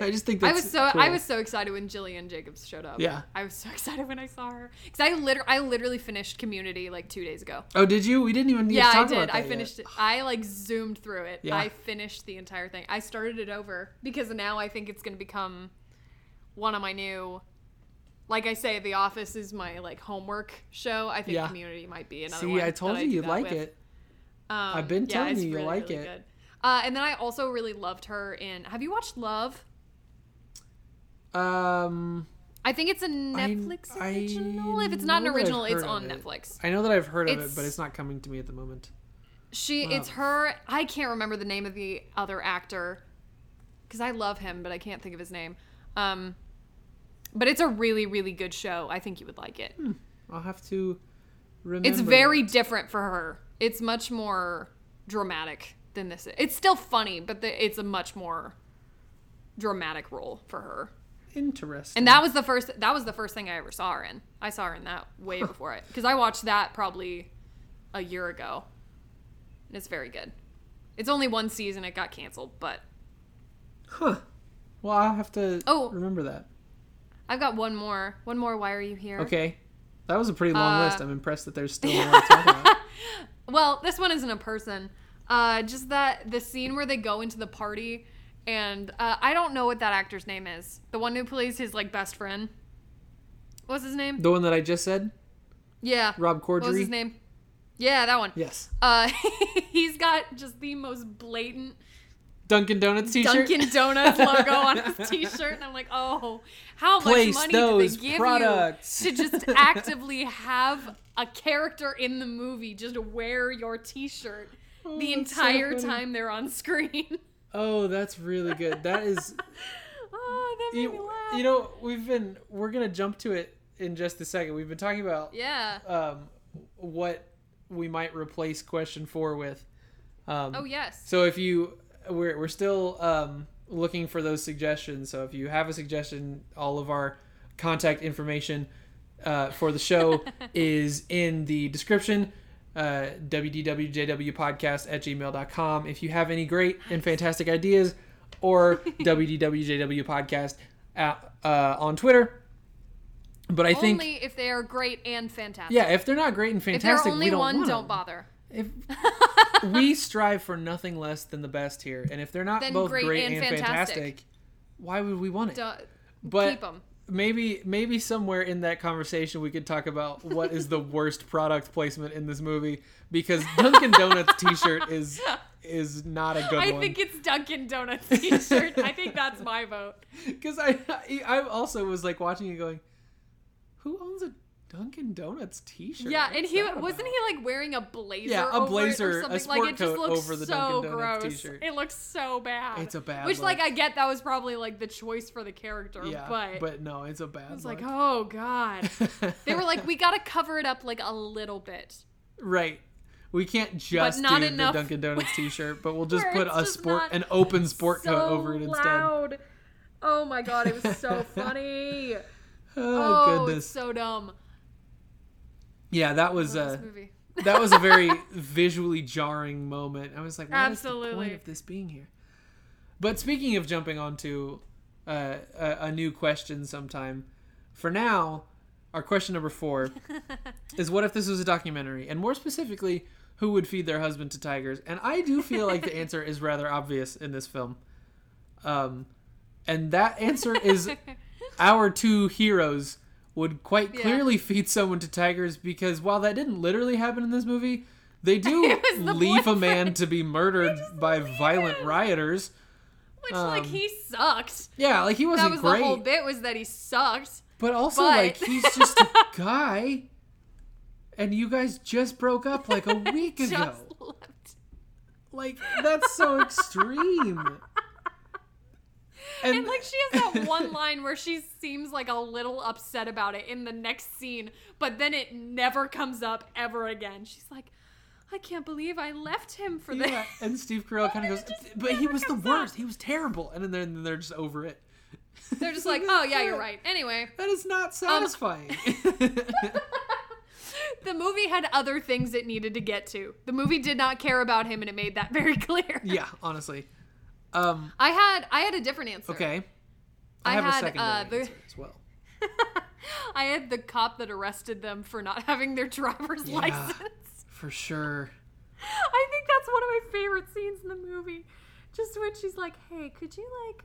[SPEAKER 1] I just think
[SPEAKER 2] I
[SPEAKER 1] that's
[SPEAKER 2] was so
[SPEAKER 1] cool.
[SPEAKER 2] I was so excited when Jillian Jacobs showed up.
[SPEAKER 1] Yeah.
[SPEAKER 2] I was so excited when I saw her because I literally I literally finished Community like two days ago.
[SPEAKER 1] Oh, did you? We didn't even need
[SPEAKER 2] Yeah,
[SPEAKER 1] to
[SPEAKER 2] I
[SPEAKER 1] talk
[SPEAKER 2] did.
[SPEAKER 1] about that
[SPEAKER 2] I
[SPEAKER 1] yet.
[SPEAKER 2] finished it. I like zoomed through it.
[SPEAKER 1] Yeah.
[SPEAKER 2] I finished the entire thing. I started it over because now I think it's going to become one of my new. Like I say, The Office is my like homework show. I think
[SPEAKER 1] Yeah.
[SPEAKER 2] Community might be another.
[SPEAKER 1] See,
[SPEAKER 2] one
[SPEAKER 1] I told
[SPEAKER 2] that
[SPEAKER 1] you
[SPEAKER 2] do
[SPEAKER 1] you'd
[SPEAKER 2] that
[SPEAKER 1] like
[SPEAKER 2] with.
[SPEAKER 1] it.
[SPEAKER 2] Um,
[SPEAKER 1] I've been
[SPEAKER 2] yeah,
[SPEAKER 1] telling
[SPEAKER 2] it's
[SPEAKER 1] you you
[SPEAKER 2] really,
[SPEAKER 1] like
[SPEAKER 2] really
[SPEAKER 1] it.
[SPEAKER 2] good. Uh, and then I also really loved her in. Have you watched Love?
[SPEAKER 1] Um,
[SPEAKER 2] I think it's a
[SPEAKER 1] I-
[SPEAKER 2] Netflix
[SPEAKER 1] I
[SPEAKER 2] original. if it's not an
[SPEAKER 1] know that I've
[SPEAKER 2] original, it's
[SPEAKER 1] heard of
[SPEAKER 2] on
[SPEAKER 1] it.
[SPEAKER 2] Netflix.
[SPEAKER 1] I know that I've heard of
[SPEAKER 2] It's-
[SPEAKER 1] it, but it's not coming to me at the moment.
[SPEAKER 2] She,
[SPEAKER 1] Wow.
[SPEAKER 2] it's her. I can't remember the name of the other actor because I love him, but I can't think of his name. Um, but it's a really, really good show. I think you would like it.
[SPEAKER 1] I'll have to remember.
[SPEAKER 2] it's very different for her. It's much more dramatic than this. is. It's still funny, but the, it's a much more dramatic role for her.
[SPEAKER 1] interesting.
[SPEAKER 2] And that was the first. That was the first thing I ever saw her in. I saw her in that way before it because I watched that probably a year ago, and it's very good. It's only one season. It got canceled, but
[SPEAKER 1] Huh. Well, I'll have to
[SPEAKER 2] Oh.
[SPEAKER 1] remember that.
[SPEAKER 2] I've got one more. One more. Why are you here?
[SPEAKER 1] Okay. That was a pretty long
[SPEAKER 2] Uh,
[SPEAKER 1] list. I'm impressed that there's still more to talk about.
[SPEAKER 2] Well, this one isn't a person. Uh, just that the scene where they go into the party, and uh, I don't know what that actor's name is. The one who plays his like best friend. What's his name?
[SPEAKER 1] The one that I just said,
[SPEAKER 2] Yeah.
[SPEAKER 1] Rob Corddry.
[SPEAKER 2] What was his name? Yeah, that one.
[SPEAKER 1] Yes.
[SPEAKER 2] Uh, he's got just the most blatant
[SPEAKER 1] Dunkin' Donuts t-shirt.
[SPEAKER 2] Dunkin' Donuts logo on his T-shirt, and I'm like, oh, how
[SPEAKER 1] Place
[SPEAKER 2] much money
[SPEAKER 1] those
[SPEAKER 2] did they give
[SPEAKER 1] products.
[SPEAKER 2] you to just actively have a character in the movie just wear your T-shirt the
[SPEAKER 1] Oh, that's so
[SPEAKER 2] entire
[SPEAKER 1] funny.
[SPEAKER 2] time they're on screen?
[SPEAKER 1] Oh, that's really good. That is
[SPEAKER 2] oh, that made me
[SPEAKER 1] you,
[SPEAKER 2] laugh.
[SPEAKER 1] you know, we've been we're going to jump to it in just a second. We've been talking about
[SPEAKER 2] yeah.
[SPEAKER 1] um what we might replace question 4 with. Um
[SPEAKER 2] Oh yes.
[SPEAKER 1] So if you we're we're still um, looking for those suggestions. So if you have a suggestion, all of our contact information uh, for the show is in the description. Uh, wdwjwpodcast at gmail.com if you have any great and fantastic ideas or wdwjwpodcast at, uh, on twitter but i think
[SPEAKER 2] Only if they are great and fantastic.
[SPEAKER 1] yeah if they're not great and
[SPEAKER 2] If
[SPEAKER 1] fantastic
[SPEAKER 2] they're only
[SPEAKER 1] we don't
[SPEAKER 2] one,
[SPEAKER 1] want them.
[SPEAKER 2] don't bother.
[SPEAKER 1] If we strive for nothing less than the best here, and if they're not
[SPEAKER 2] Then
[SPEAKER 1] both
[SPEAKER 2] great
[SPEAKER 1] great,
[SPEAKER 2] and
[SPEAKER 1] and,
[SPEAKER 2] fantastic.
[SPEAKER 1] fantastic, why would we want it?
[SPEAKER 2] Don't,
[SPEAKER 1] but
[SPEAKER 2] keep them.
[SPEAKER 1] maybe maybe somewhere in that conversation we could talk about what is the worst product placement in this movie because Dunkin' Donuts T-shirt is is not a good
[SPEAKER 2] I
[SPEAKER 1] one.
[SPEAKER 2] think it's Dunkin' Donuts T-shirt. I think that's my vote.
[SPEAKER 1] Because I I also was like watching it going, who owns a Dunkin' Donuts T-shirt?
[SPEAKER 2] Yeah,
[SPEAKER 1] What's
[SPEAKER 2] and he
[SPEAKER 1] that
[SPEAKER 2] wasn't
[SPEAKER 1] about?
[SPEAKER 2] he like wearing a blazer.
[SPEAKER 1] Yeah, a
[SPEAKER 2] over it or
[SPEAKER 1] blazer, a
[SPEAKER 2] something?
[SPEAKER 1] sport
[SPEAKER 2] like, it just
[SPEAKER 1] coat
[SPEAKER 2] looks
[SPEAKER 1] over the
[SPEAKER 2] so
[SPEAKER 1] Dunkin' Donuts
[SPEAKER 2] gross.
[SPEAKER 1] t-shirt.
[SPEAKER 2] It looks so bad.
[SPEAKER 1] It's a bad
[SPEAKER 2] Which like
[SPEAKER 1] look.
[SPEAKER 2] I get that was probably like the choice for the character,
[SPEAKER 1] Yeah,
[SPEAKER 2] but,
[SPEAKER 1] no, it's a bad.
[SPEAKER 2] I was like, oh god. They were like, we gotta cover it up like a little bit.
[SPEAKER 1] Right. We can't just
[SPEAKER 2] not
[SPEAKER 1] do
[SPEAKER 2] enough-
[SPEAKER 1] the Dunkin' Donuts T-shirt, but we'll just
[SPEAKER 2] where
[SPEAKER 1] put
[SPEAKER 2] it's
[SPEAKER 1] a
[SPEAKER 2] just
[SPEAKER 1] sport,
[SPEAKER 2] not
[SPEAKER 1] an open sport
[SPEAKER 2] so
[SPEAKER 1] coat over it instead.
[SPEAKER 2] loud. Oh my god, it was so funny.
[SPEAKER 1] Oh,
[SPEAKER 2] oh,
[SPEAKER 1] goodness.
[SPEAKER 2] it's so dumb.
[SPEAKER 1] Yeah, that was
[SPEAKER 2] This
[SPEAKER 1] uh,
[SPEAKER 2] movie.
[SPEAKER 1] that was a very visually jarring moment. I was like, what is the
[SPEAKER 2] Absolutely.
[SPEAKER 1] point of this being here? But speaking of jumping onto uh, a, a new question sometime, for now, Our question number four is what if this was a documentary? And more specifically, who would feed their husband to tigers? And I do feel like the answer is rather obvious in this film. Um, and that answer is our two heroes would quite
[SPEAKER 2] Yeah.
[SPEAKER 1] clearly feed someone to tigers because while that didn't literally happen in this movie, they do
[SPEAKER 2] It was the
[SPEAKER 1] leave a
[SPEAKER 2] boyfriend.
[SPEAKER 1] man to be murdered by violent rioters.
[SPEAKER 2] Which like
[SPEAKER 1] Um,
[SPEAKER 2] he sucked.
[SPEAKER 1] Yeah, like he
[SPEAKER 2] That
[SPEAKER 1] wasn't
[SPEAKER 2] was
[SPEAKER 1] great,
[SPEAKER 2] the whole bit was that he sucked.
[SPEAKER 1] but also
[SPEAKER 2] but-
[SPEAKER 1] like he's just a guy, and you guys just broke up like a week
[SPEAKER 2] Just
[SPEAKER 1] ago.
[SPEAKER 2] left.
[SPEAKER 1] Like that's so extreme.
[SPEAKER 2] And like she has that one line where she seems like a little upset about it in the next scene, but then it never comes up ever again. She's like, I can't believe I left him for this.
[SPEAKER 1] Yeah, and Steve Carell kind of goes, but he was the worst. He was terrible, and then they're, then they're just over it.
[SPEAKER 2] They're just like, oh yeah, you're right. Um, Anyway,
[SPEAKER 1] That is not satisfying.
[SPEAKER 2] the movie had other things it needed to get to. The movie did not care about him, and it made that very clear.
[SPEAKER 1] yeah, honestly. Um,
[SPEAKER 2] I had I had a different answer.
[SPEAKER 1] okay.
[SPEAKER 2] I
[SPEAKER 1] I have
[SPEAKER 2] had,
[SPEAKER 1] a secondary
[SPEAKER 2] uh, the-
[SPEAKER 1] answer as well.
[SPEAKER 2] I had the cop that arrested them for not having their driver's
[SPEAKER 1] Yeah.
[SPEAKER 2] license.
[SPEAKER 1] For sure.
[SPEAKER 2] I think that's one of my favorite scenes in the movie. Just when she's like, "Hey, could you like?"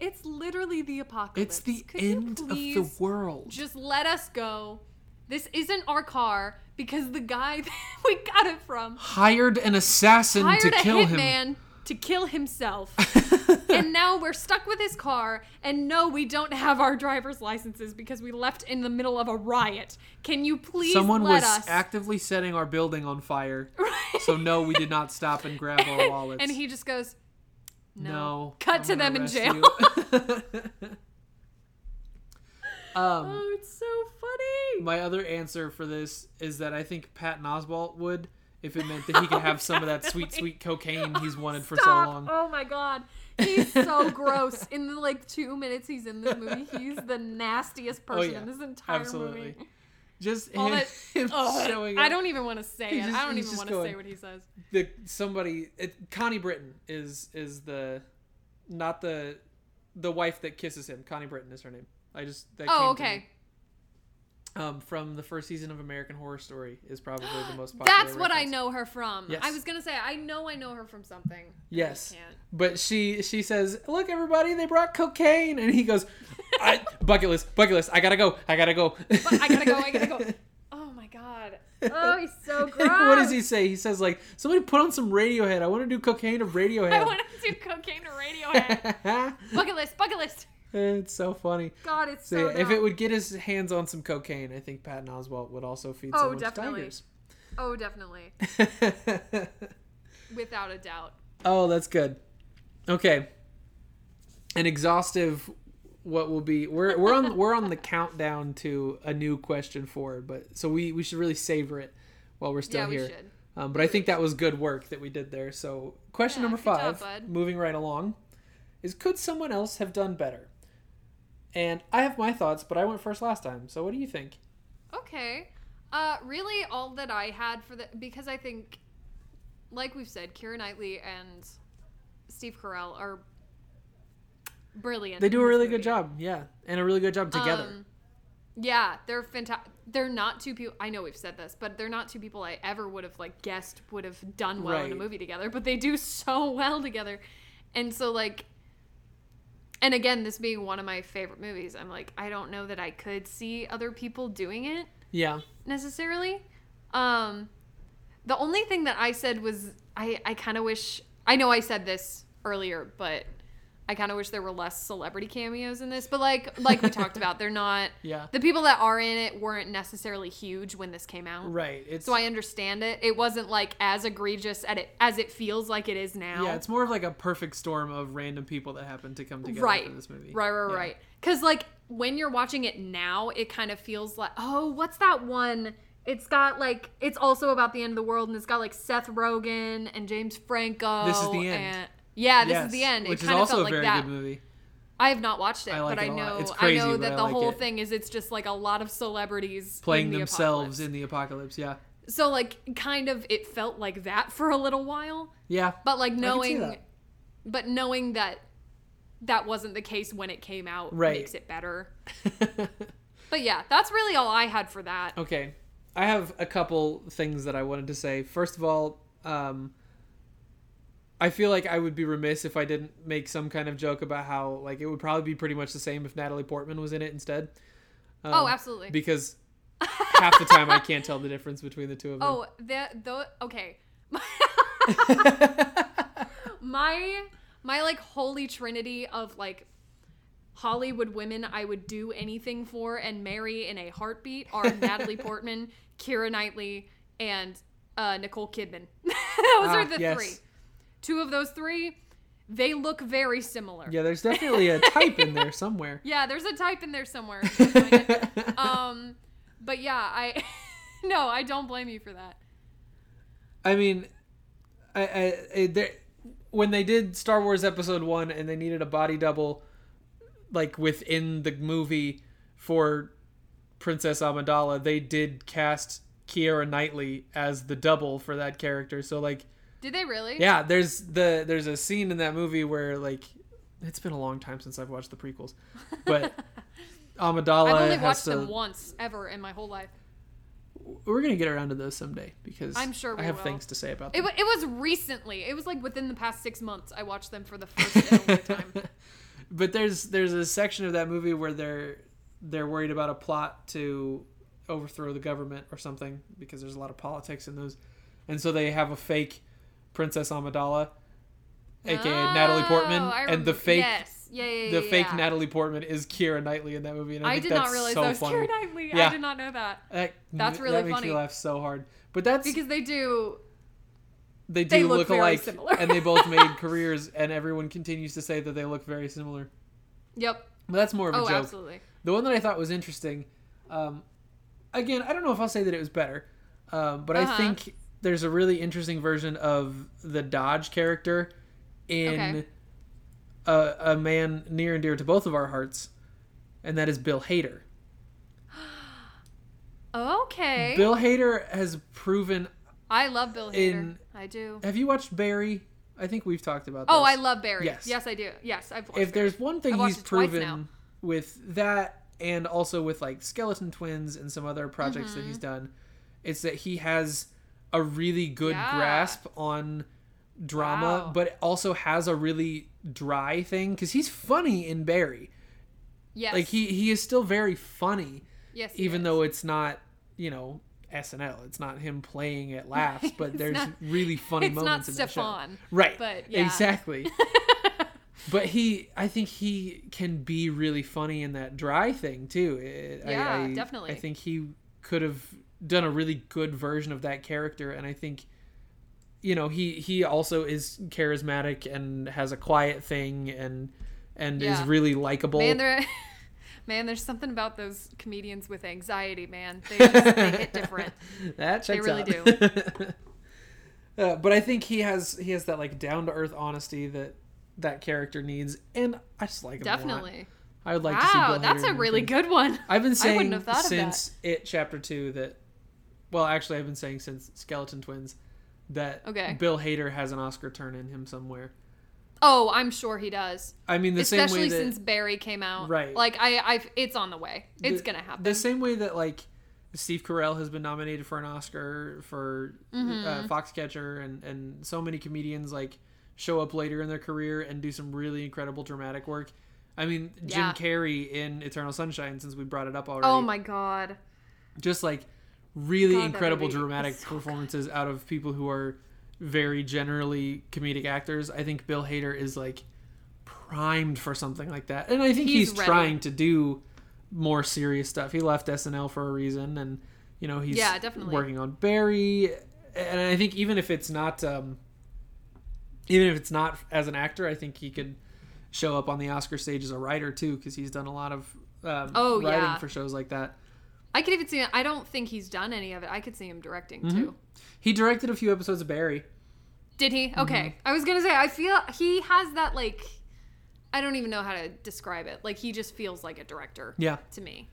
[SPEAKER 2] It's literally the apocalypse.
[SPEAKER 1] It's the
[SPEAKER 2] could
[SPEAKER 1] end
[SPEAKER 2] you
[SPEAKER 1] of
[SPEAKER 2] please
[SPEAKER 1] the world.
[SPEAKER 2] Just let us go. This isn't our car because the guy that we got it from
[SPEAKER 1] Hired an assassin
[SPEAKER 2] hired
[SPEAKER 1] to
[SPEAKER 2] a
[SPEAKER 1] kill him.
[SPEAKER 2] hitman to kill himself. and now we're stuck with his car and no we don't have our driver's licenses because we left in the middle of a riot can you please
[SPEAKER 1] Someone
[SPEAKER 2] let
[SPEAKER 1] was
[SPEAKER 2] us
[SPEAKER 1] actively setting our building on fire. So no, we did not stop and grab our wallets.
[SPEAKER 2] and he just goes no,
[SPEAKER 1] No.
[SPEAKER 2] cut
[SPEAKER 1] I'm
[SPEAKER 2] to
[SPEAKER 1] gonna
[SPEAKER 2] them in
[SPEAKER 1] arrest
[SPEAKER 2] jail
[SPEAKER 1] you. um,
[SPEAKER 2] oh it's so funny
[SPEAKER 1] my other answer for this is that I think Patton Oswalt would if it meant that he could have some of that sweet, sweet cocaine he's wanted for so
[SPEAKER 2] Stop.
[SPEAKER 1] long.
[SPEAKER 2] oh my god he's so gross in the like two minutes he's in this movie he's the nastiest person
[SPEAKER 1] Oh, yeah.
[SPEAKER 2] in this entire
[SPEAKER 1] Absolutely.
[SPEAKER 2] movie
[SPEAKER 1] Just
[SPEAKER 2] all
[SPEAKER 1] him,
[SPEAKER 2] that
[SPEAKER 1] him
[SPEAKER 2] Ugh,
[SPEAKER 1] showing
[SPEAKER 2] i
[SPEAKER 1] up.
[SPEAKER 2] don't even want to say
[SPEAKER 1] He's
[SPEAKER 2] it
[SPEAKER 1] just-
[SPEAKER 2] i don't
[SPEAKER 1] he's
[SPEAKER 2] even
[SPEAKER 1] just
[SPEAKER 2] want to say
[SPEAKER 1] going-
[SPEAKER 2] what he says
[SPEAKER 1] the somebody it, Connie Britton is is the not the the wife that kisses him. Connie Britton is her name. I just that
[SPEAKER 2] oh
[SPEAKER 1] came to
[SPEAKER 2] okay
[SPEAKER 1] me. um, from the first season of American Horror Story is probably the most popular.
[SPEAKER 2] That's what I
[SPEAKER 1] reference.
[SPEAKER 2] know her from.
[SPEAKER 1] Yes.
[SPEAKER 2] I was gonna say I know I know her from something.
[SPEAKER 1] Yes.
[SPEAKER 2] I can't.
[SPEAKER 1] But she she says, "Look, everybody, they brought cocaine," and he goes, I, "Bucket list, bucket list. I gotta go. I gotta go.
[SPEAKER 2] I gotta go. I gotta go. Oh my god. Oh, he's so gross.
[SPEAKER 1] what does he say? He says like, "Somebody put on some Radiohead. I want to do cocaine to
[SPEAKER 2] I
[SPEAKER 1] Radiohead."
[SPEAKER 2] want to do cocaine to Radiohead. bucket list. Bucket list.
[SPEAKER 1] it's so funny.
[SPEAKER 2] God, it's
[SPEAKER 1] So
[SPEAKER 2] so.
[SPEAKER 1] if
[SPEAKER 2] dumb.
[SPEAKER 1] it would get his hands on some cocaine, I think Patton Oswalt would also feed
[SPEAKER 2] Oh,
[SPEAKER 1] someone
[SPEAKER 2] definitely.
[SPEAKER 1] to
[SPEAKER 2] Oh, definitely,
[SPEAKER 1] tigers.
[SPEAKER 2] without a doubt.
[SPEAKER 1] oh, that's good. Okay. An exhaustive what will be we're we're on we're on the countdown to a new question four, but so we we should really savor it while we're still
[SPEAKER 2] yeah,
[SPEAKER 1] here.
[SPEAKER 2] we should.
[SPEAKER 1] Um, but I think that was good work that we did there. So, question
[SPEAKER 2] Yeah,
[SPEAKER 1] number
[SPEAKER 2] good job,
[SPEAKER 1] five,
[SPEAKER 2] bud.
[SPEAKER 1] moving right along, is could someone else have done better? And I have my thoughts, but I went first last time. So, what do you think?
[SPEAKER 2] Okay. Uh, really, all that I had for the because I think, like we've said, Kira Knightley and Steve Carell are brilliant.
[SPEAKER 1] They do
[SPEAKER 2] in
[SPEAKER 1] a
[SPEAKER 2] this
[SPEAKER 1] really good
[SPEAKER 2] movie.
[SPEAKER 1] job, yeah, and a really good job together.
[SPEAKER 2] Um, yeah, they're fantastic. They're not two people. I know we've said this, but they're not two people I ever would have like guessed would have done well in a
[SPEAKER 1] Right.
[SPEAKER 2] movie together. But they do so well together, and so like, and again, this being one of my favorite movies, I'm like, I don't know that I could see other people doing it
[SPEAKER 1] yeah,
[SPEAKER 2] necessarily. Um, the only thing that I said was I, I kind of wish I know I said this earlier, but I kind of wish there were less celebrity cameos in this. But like like we talked about, they're not
[SPEAKER 1] yeah,
[SPEAKER 2] the people that are in it weren't necessarily huge when this came out.
[SPEAKER 1] right. It's
[SPEAKER 2] So I understand it. It wasn't like as egregious at it as it feels like it is now.
[SPEAKER 1] yeah, it's more of like a perfect storm of random people that happen to come together
[SPEAKER 2] Right.
[SPEAKER 1] for this movie.
[SPEAKER 2] Right, right,
[SPEAKER 1] Yeah.
[SPEAKER 2] right. Because like when you're watching it now, it kind of feels like, oh, what's that one? It's got like it's also about the end of the world, and it's got like Seth Rogen and James Franco.
[SPEAKER 1] This is the end.
[SPEAKER 2] And, yeah, this
[SPEAKER 1] Yes,
[SPEAKER 2] is the end.
[SPEAKER 1] which
[SPEAKER 2] it
[SPEAKER 1] is
[SPEAKER 2] kind of
[SPEAKER 1] also
[SPEAKER 2] felt
[SPEAKER 1] a
[SPEAKER 2] like
[SPEAKER 1] very
[SPEAKER 2] that.
[SPEAKER 1] good movie.
[SPEAKER 2] I have not watched it,
[SPEAKER 1] I like
[SPEAKER 2] but
[SPEAKER 1] it
[SPEAKER 2] I
[SPEAKER 1] a lot.
[SPEAKER 2] know
[SPEAKER 1] It's crazy,
[SPEAKER 2] I know
[SPEAKER 1] but
[SPEAKER 2] that
[SPEAKER 1] I
[SPEAKER 2] the
[SPEAKER 1] like
[SPEAKER 2] whole
[SPEAKER 1] it.
[SPEAKER 2] thing is it's just like a lot of celebrities
[SPEAKER 1] Playing
[SPEAKER 2] in the
[SPEAKER 1] themselves
[SPEAKER 2] apocalypse.
[SPEAKER 1] in the apocalypse. Yeah,
[SPEAKER 2] So like kind of it felt like that for a little while.
[SPEAKER 1] yeah,
[SPEAKER 2] But like
[SPEAKER 1] can see
[SPEAKER 2] knowing,
[SPEAKER 1] that.
[SPEAKER 2] but knowing that that wasn't the case when it came out
[SPEAKER 1] Right.
[SPEAKER 2] makes it better. But yeah, that's really all I had for that.
[SPEAKER 1] Okay. I have a couple things that I wanted to say. First of all, um, I feel like I would be remiss if I didn't make some kind of joke about how like it would probably be pretty much the same if Natalie Portman was in it instead. Um,
[SPEAKER 2] oh, absolutely.
[SPEAKER 1] Because half the time I can't tell the difference between the two of them.
[SPEAKER 2] Oh, that though. Okay. my my like holy trinity of like Hollywood women I would do anything for and marry in a heartbeat are Natalie Portman, Kira Knightley, and uh, Nicole Kidman. those
[SPEAKER 1] Ah,
[SPEAKER 2] are the
[SPEAKER 1] yes.
[SPEAKER 2] three. Two of those three, they look very similar.
[SPEAKER 1] Yeah, there's definitely a type in there somewhere.
[SPEAKER 2] Yeah, there's a type in there somewhere. Can't find it. um, but yeah, I no, I don't blame you for that.
[SPEAKER 1] I mean, I, I, I there, when they did Star Wars Episode One and they needed a body double, like within the movie for Princess Amidala, they did cast Kiera Knightley as the double for that character. So like,
[SPEAKER 2] Did they really?
[SPEAKER 1] yeah, there's the there's a scene in that movie where like, it's been a long time since I've watched the prequels, but Amidala
[SPEAKER 2] I've only
[SPEAKER 1] has
[SPEAKER 2] watched
[SPEAKER 1] to.
[SPEAKER 2] them once ever in my whole life.
[SPEAKER 1] We're gonna get around to those someday because
[SPEAKER 2] I'm sure
[SPEAKER 1] I
[SPEAKER 2] we
[SPEAKER 1] have
[SPEAKER 2] will.
[SPEAKER 1] things to say about
[SPEAKER 2] It,
[SPEAKER 1] them.
[SPEAKER 2] wa it was recently. It was like within the past six months. I watched them for the first and only time.
[SPEAKER 1] but there's there's a section of that movie where they're they're worried about a plot to overthrow the government or something because there's a lot of politics in those, and so they have a fake Princess Amidala, aka Natalie Portman,
[SPEAKER 2] Oh, I
[SPEAKER 1] and the
[SPEAKER 2] remem-
[SPEAKER 1] fake
[SPEAKER 2] yes, yeah, yeah,
[SPEAKER 1] the
[SPEAKER 2] yeah,
[SPEAKER 1] fake
[SPEAKER 2] yeah.
[SPEAKER 1] Natalie Portman is Kira Knightley in that movie, and I,
[SPEAKER 2] I
[SPEAKER 1] think
[SPEAKER 2] did
[SPEAKER 1] that's
[SPEAKER 2] not realize
[SPEAKER 1] so
[SPEAKER 2] that was
[SPEAKER 1] funny.
[SPEAKER 2] Keira Knightley.
[SPEAKER 1] Yeah.
[SPEAKER 2] I did not know that
[SPEAKER 1] That,
[SPEAKER 2] That's really
[SPEAKER 1] that makes
[SPEAKER 2] funny.
[SPEAKER 1] me laugh so hard. But that's
[SPEAKER 2] because they do.
[SPEAKER 1] they do
[SPEAKER 2] they look
[SPEAKER 1] look,
[SPEAKER 2] very
[SPEAKER 1] alike,
[SPEAKER 2] similar.
[SPEAKER 1] and they both made careers, and everyone continues to say that they look very similar.
[SPEAKER 2] Yep.
[SPEAKER 1] But that's more of a
[SPEAKER 2] Oh,
[SPEAKER 1] joke.
[SPEAKER 2] absolutely.
[SPEAKER 1] The one that I thought was interesting, um, again, I don't know if I'll say that it was better, um, but I
[SPEAKER 2] Uh-huh.
[SPEAKER 1] think there's a really interesting version of the Dodge character in
[SPEAKER 2] Okay.
[SPEAKER 1] a, a man near and dear to both of our hearts, and that is Bill Hader.
[SPEAKER 2] Okay.
[SPEAKER 1] Bill Hader has proven.
[SPEAKER 2] I love Bill Hader.
[SPEAKER 1] in-
[SPEAKER 2] I do.
[SPEAKER 1] Have you watched Barry? I think we've talked about.
[SPEAKER 2] Oh,
[SPEAKER 1] this.
[SPEAKER 2] I love Barry.
[SPEAKER 1] Yes.
[SPEAKER 2] Yes, I do. Yes, I've watched.
[SPEAKER 1] if
[SPEAKER 2] Barry.
[SPEAKER 1] there's one thing
[SPEAKER 2] I've watched
[SPEAKER 1] he's
[SPEAKER 2] it twice
[SPEAKER 1] proven
[SPEAKER 2] now.
[SPEAKER 1] with that and also with like skeleton twins and some other projects that
[SPEAKER 2] Mm-hmm.
[SPEAKER 1] he's done it's that he has a really good
[SPEAKER 2] Yeah.
[SPEAKER 1] grasp on drama
[SPEAKER 2] Wow.
[SPEAKER 1] but also has a really dry thing because he's funny in barry
[SPEAKER 2] yes,
[SPEAKER 1] like he he is still very funny
[SPEAKER 2] yes, he
[SPEAKER 1] even
[SPEAKER 2] is.
[SPEAKER 1] though it's not you know snl it's not him playing at laughs but
[SPEAKER 2] It's
[SPEAKER 1] there's
[SPEAKER 2] not-
[SPEAKER 1] really funny
[SPEAKER 2] it's not
[SPEAKER 1] moments in that show.
[SPEAKER 2] Stefan.
[SPEAKER 1] Right.
[SPEAKER 2] But, yeah.
[SPEAKER 1] Exactly. but he, I think he can be really funny in that dry thing too. It- I-
[SPEAKER 2] Yeah,
[SPEAKER 1] I-
[SPEAKER 2] definitely.
[SPEAKER 1] I think he could have done a really good version of that character, and I think, you know, he he also is charismatic and has a quiet thing and and
[SPEAKER 2] Yeah.
[SPEAKER 1] is really likable.
[SPEAKER 2] Man, there, man, there's something about those comedians with anxiety, man. They just they hit different.
[SPEAKER 1] that checks
[SPEAKER 2] really
[SPEAKER 1] out. uh, but I think he has he has that like down to earth honesty that that character needs, and I just like him a lot.
[SPEAKER 2] Definitely.
[SPEAKER 1] I would like to see.
[SPEAKER 2] Wow,
[SPEAKER 1] Bill
[SPEAKER 2] that's
[SPEAKER 1] Hader
[SPEAKER 2] a
[SPEAKER 1] in
[SPEAKER 2] really
[SPEAKER 1] things.
[SPEAKER 2] good one.
[SPEAKER 1] I've been
[SPEAKER 2] I wouldn't
[SPEAKER 1] saying
[SPEAKER 2] have thought of
[SPEAKER 1] since it chapter two that, well, actually, I've been saying since Skeleton Twins that
[SPEAKER 2] Okay.
[SPEAKER 1] Bill Hader has an Oscar turn in him somewhere.
[SPEAKER 2] Oh, I'm sure he does.
[SPEAKER 1] I mean, the same way
[SPEAKER 2] Especially
[SPEAKER 1] that
[SPEAKER 2] since Barry came out.
[SPEAKER 1] Right.
[SPEAKER 2] Like I I've it's on the way. It's
[SPEAKER 1] the-
[SPEAKER 2] gonna happen.
[SPEAKER 1] The same way that like Steve Carell has been nominated for an Oscar for
[SPEAKER 2] Mm-hmm,
[SPEAKER 1] uh, Foxcatcher, and and so many comedians like show up later in their career and do some really incredible dramatic work. I mean, Jim
[SPEAKER 2] Yeah.
[SPEAKER 1] Carrey in Eternal Sunshine, since we brought it up already.
[SPEAKER 2] oh my god.
[SPEAKER 1] just like really
[SPEAKER 2] God, that
[SPEAKER 1] incredible
[SPEAKER 2] movie is
[SPEAKER 1] dramatic
[SPEAKER 2] so
[SPEAKER 1] performances out of people who are very generally comedic actors. I think Bill Hader is like primed for something like that, and I think he's,
[SPEAKER 2] He's ready.
[SPEAKER 1] trying to do more serious stuff. He left SNL for a reason, and you know he's
[SPEAKER 2] Yeah, definitely.
[SPEAKER 1] working on Barry. And I think even if it's not, um, even if it's not as an actor, I think he could show up on the Oscar stage as a writer too, because he's done a lot of um,
[SPEAKER 2] Oh,
[SPEAKER 1] writing
[SPEAKER 2] yeah.
[SPEAKER 1] for shows like that.
[SPEAKER 2] I could even see I don't think he's done any of it. I could see him directing
[SPEAKER 1] Mm-hmm.
[SPEAKER 2] too.
[SPEAKER 1] He directed a few episodes of Barry.
[SPEAKER 2] Did he?
[SPEAKER 1] Mm-hmm.
[SPEAKER 2] Okay. I was gonna say I feel he has that like I don't even know how to describe it. Like he just feels like a director
[SPEAKER 1] Yeah.
[SPEAKER 2] to me.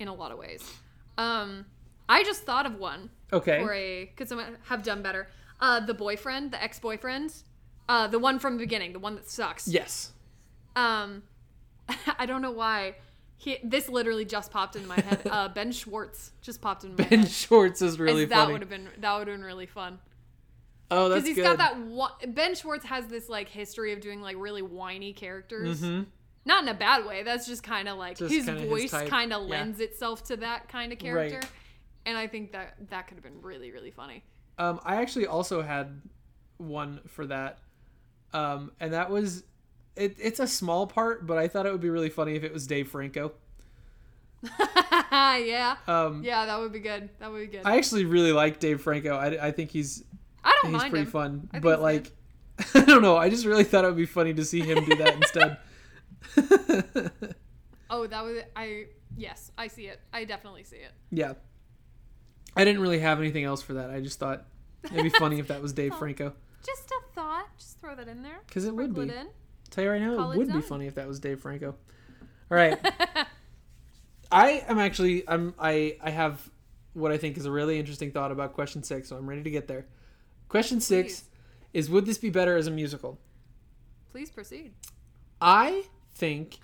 [SPEAKER 2] In a lot of ways. Um I just thought of one.
[SPEAKER 1] Okay.
[SPEAKER 2] Or a could someone have done better? Uh, the boyfriend, the ex-boyfriend, uh, the one from the beginning, the one that sucks.
[SPEAKER 1] Yes.
[SPEAKER 2] Um, I don't know why He, this literally just popped into my head. Uh, ben Schwartz just popped into my
[SPEAKER 1] Ben
[SPEAKER 2] head.
[SPEAKER 1] Schwartz is
[SPEAKER 2] As
[SPEAKER 1] really
[SPEAKER 2] that
[SPEAKER 1] funny.
[SPEAKER 2] would have been that would have been really fun
[SPEAKER 1] oh, that's
[SPEAKER 2] because he's
[SPEAKER 1] good.
[SPEAKER 2] got that. Wa- ben Schwartz has this like history of doing like really whiny characters,
[SPEAKER 1] Mhm.
[SPEAKER 2] not in a bad way. That's just kind of like
[SPEAKER 1] Just
[SPEAKER 2] his
[SPEAKER 1] kinda his
[SPEAKER 2] voice
[SPEAKER 1] type.
[SPEAKER 2] kind of
[SPEAKER 1] Yeah.
[SPEAKER 2] lends itself to that kind of character, and I think that that could have been really really funny.
[SPEAKER 1] Um, I actually also had one for that, um, and that was it, it's a small part, but I thought it would be really funny if it was Dave Franco.
[SPEAKER 2] yeah,
[SPEAKER 1] Um,
[SPEAKER 2] yeah, that would be good. That would be good. I,
[SPEAKER 1] I actually really like Dave Franco. I, I think he's he's
[SPEAKER 2] don't mind
[SPEAKER 1] pretty
[SPEAKER 2] him.
[SPEAKER 1] fun,
[SPEAKER 2] I think
[SPEAKER 1] but
[SPEAKER 2] he's
[SPEAKER 1] like I don't know. I just really thought it would be funny to see him do that instead.
[SPEAKER 2] Oh, that was I. Yes, I see it. I definitely see it.
[SPEAKER 1] yeah, I didn't really have anything else for that. I just thought it'd be funny if that was Dave Franco.
[SPEAKER 2] Just a thought. Just throw that in there.
[SPEAKER 1] 'Cause it would
[SPEAKER 2] Sprinkle
[SPEAKER 1] be.
[SPEAKER 2] It in.
[SPEAKER 1] Tell you right now,
[SPEAKER 2] Call
[SPEAKER 1] it
[SPEAKER 2] it
[SPEAKER 1] would be
[SPEAKER 2] done.
[SPEAKER 1] funny if that was Dave Franco. All right. I am actually I'm I I have what I think is a really interesting thought about question 6, so I'm ready to get there. Question 6
[SPEAKER 2] Please.
[SPEAKER 1] is would this be better as a musical?
[SPEAKER 2] Please proceed.
[SPEAKER 1] I think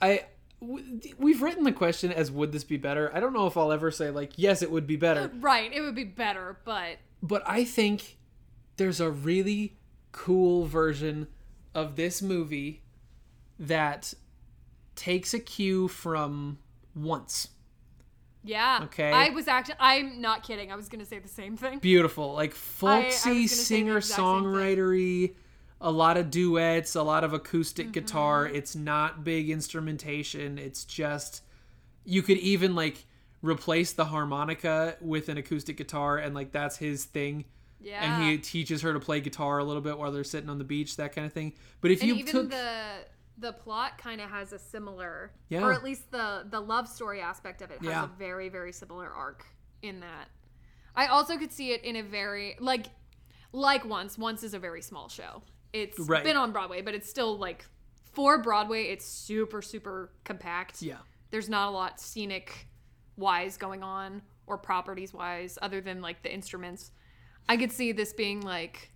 [SPEAKER 1] I w- we've written the question as would this be better? I don't know if I'll ever say like yes, it would be better.
[SPEAKER 2] Right, it would be better, but
[SPEAKER 1] but I think there's a really cool version of this movie that takes a cue from once.
[SPEAKER 2] yeah.
[SPEAKER 1] Okay.
[SPEAKER 2] I was actually. I'm not kidding. I was gonna say the same thing.
[SPEAKER 1] Beautiful, like
[SPEAKER 2] I was
[SPEAKER 1] folksy
[SPEAKER 2] gonna say the
[SPEAKER 1] singer
[SPEAKER 2] exact same thing.
[SPEAKER 1] songwritery, a lot of duets, a lot of acoustic
[SPEAKER 2] Mm-hmm.
[SPEAKER 1] guitar. It's not big instrumentation. It's just you could even like replace the harmonica with an acoustic guitar and like that's his thing.
[SPEAKER 2] Yeah.
[SPEAKER 1] and he teaches her to play guitar a little bit while they're sitting on the beach, that kind of thing. But if
[SPEAKER 2] And
[SPEAKER 1] you
[SPEAKER 2] even
[SPEAKER 1] took,
[SPEAKER 2] the the plot kind of has a similar,
[SPEAKER 1] Yeah.
[SPEAKER 2] or at least the the love story aspect of it has
[SPEAKER 1] Yeah.
[SPEAKER 2] a very very similar arc in that. I also could see it in a very like like once. Once is a very small show. It's
[SPEAKER 1] Right.
[SPEAKER 2] been on Broadway, but it's still like for Broadway. It's super super compact.
[SPEAKER 1] yeah,
[SPEAKER 2] there's not a lot scenic wise going on or properties wise other than like the instruments i could see this being like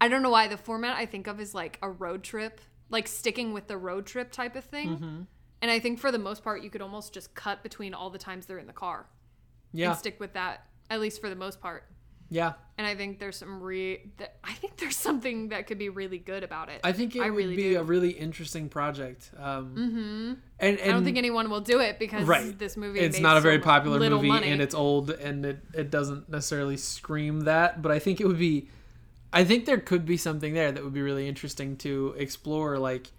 [SPEAKER 2] i don't know why the format i think of is like a road trip like sticking with the road trip type of thing
[SPEAKER 1] Mm-hmm.
[SPEAKER 2] and i think for the most part you could almost just cut between all the times they're in the car
[SPEAKER 1] yeah,
[SPEAKER 2] and stick with that at least for the most part
[SPEAKER 1] yeah,
[SPEAKER 2] and i think there's some re th- i think there's something that could be really good about it
[SPEAKER 1] I think it
[SPEAKER 2] I
[SPEAKER 1] would
[SPEAKER 2] really
[SPEAKER 1] be
[SPEAKER 2] do.
[SPEAKER 1] a really interesting project. Um, mm-hmm. And, and
[SPEAKER 2] i don't think anyone will do it because
[SPEAKER 1] right,
[SPEAKER 2] this movie
[SPEAKER 1] It's
[SPEAKER 2] made
[SPEAKER 1] not a
[SPEAKER 2] so
[SPEAKER 1] very
[SPEAKER 2] mu-
[SPEAKER 1] popular
[SPEAKER 2] little
[SPEAKER 1] movie,
[SPEAKER 2] money.
[SPEAKER 1] and it's old, and it it doesn't necessarily scream that. But I think it would be, I think there could be something there that would be really interesting to explore, like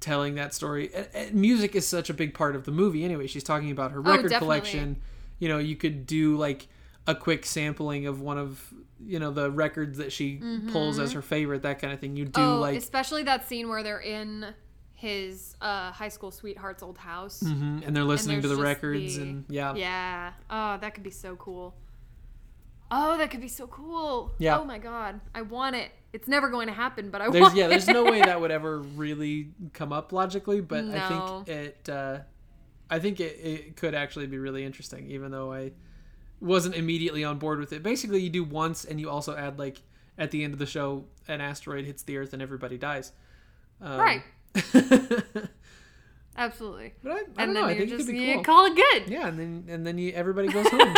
[SPEAKER 1] telling that story. And, and music is such a big part of the movie, anyway. She's talking about her record
[SPEAKER 2] Oh, definitely.
[SPEAKER 1] collection. You know, you could do like a quick sampling of one of you know the records that she pulls as her favorite, that kind of thing. You do
[SPEAKER 2] Mm-hmm. oh,
[SPEAKER 1] like
[SPEAKER 2] especially that scene where they're in his uh, high school sweetheart's old house.
[SPEAKER 1] Mhm, and they're listening to
[SPEAKER 2] there's
[SPEAKER 1] the
[SPEAKER 2] just
[SPEAKER 1] records,
[SPEAKER 2] the-
[SPEAKER 1] and
[SPEAKER 2] Yeah. Oh, that could be so cool. Oh, that could be so cool.
[SPEAKER 1] Yeah.
[SPEAKER 2] Oh my god, I want it. It's never going to happen, but I
[SPEAKER 1] There's
[SPEAKER 2] want
[SPEAKER 1] yeah, there's
[SPEAKER 2] it.
[SPEAKER 1] no way that would ever really come up logically, but I
[SPEAKER 2] No.
[SPEAKER 1] think it uh, I think it, it could actually be really interesting, even though I wasn't immediately on board with it. Basically you do once and you also add like at the end of the show an asteroid hits the earth and everybody dies. Um,
[SPEAKER 2] Right.
[SPEAKER 1] but
[SPEAKER 2] Absolutely.
[SPEAKER 1] I, I don't
[SPEAKER 2] And
[SPEAKER 1] know,
[SPEAKER 2] then
[SPEAKER 1] I
[SPEAKER 2] you're
[SPEAKER 1] think it could
[SPEAKER 2] just
[SPEAKER 1] be
[SPEAKER 2] you
[SPEAKER 1] cool.
[SPEAKER 2] call it good.
[SPEAKER 1] yeah, and then and then you, everybody goes home.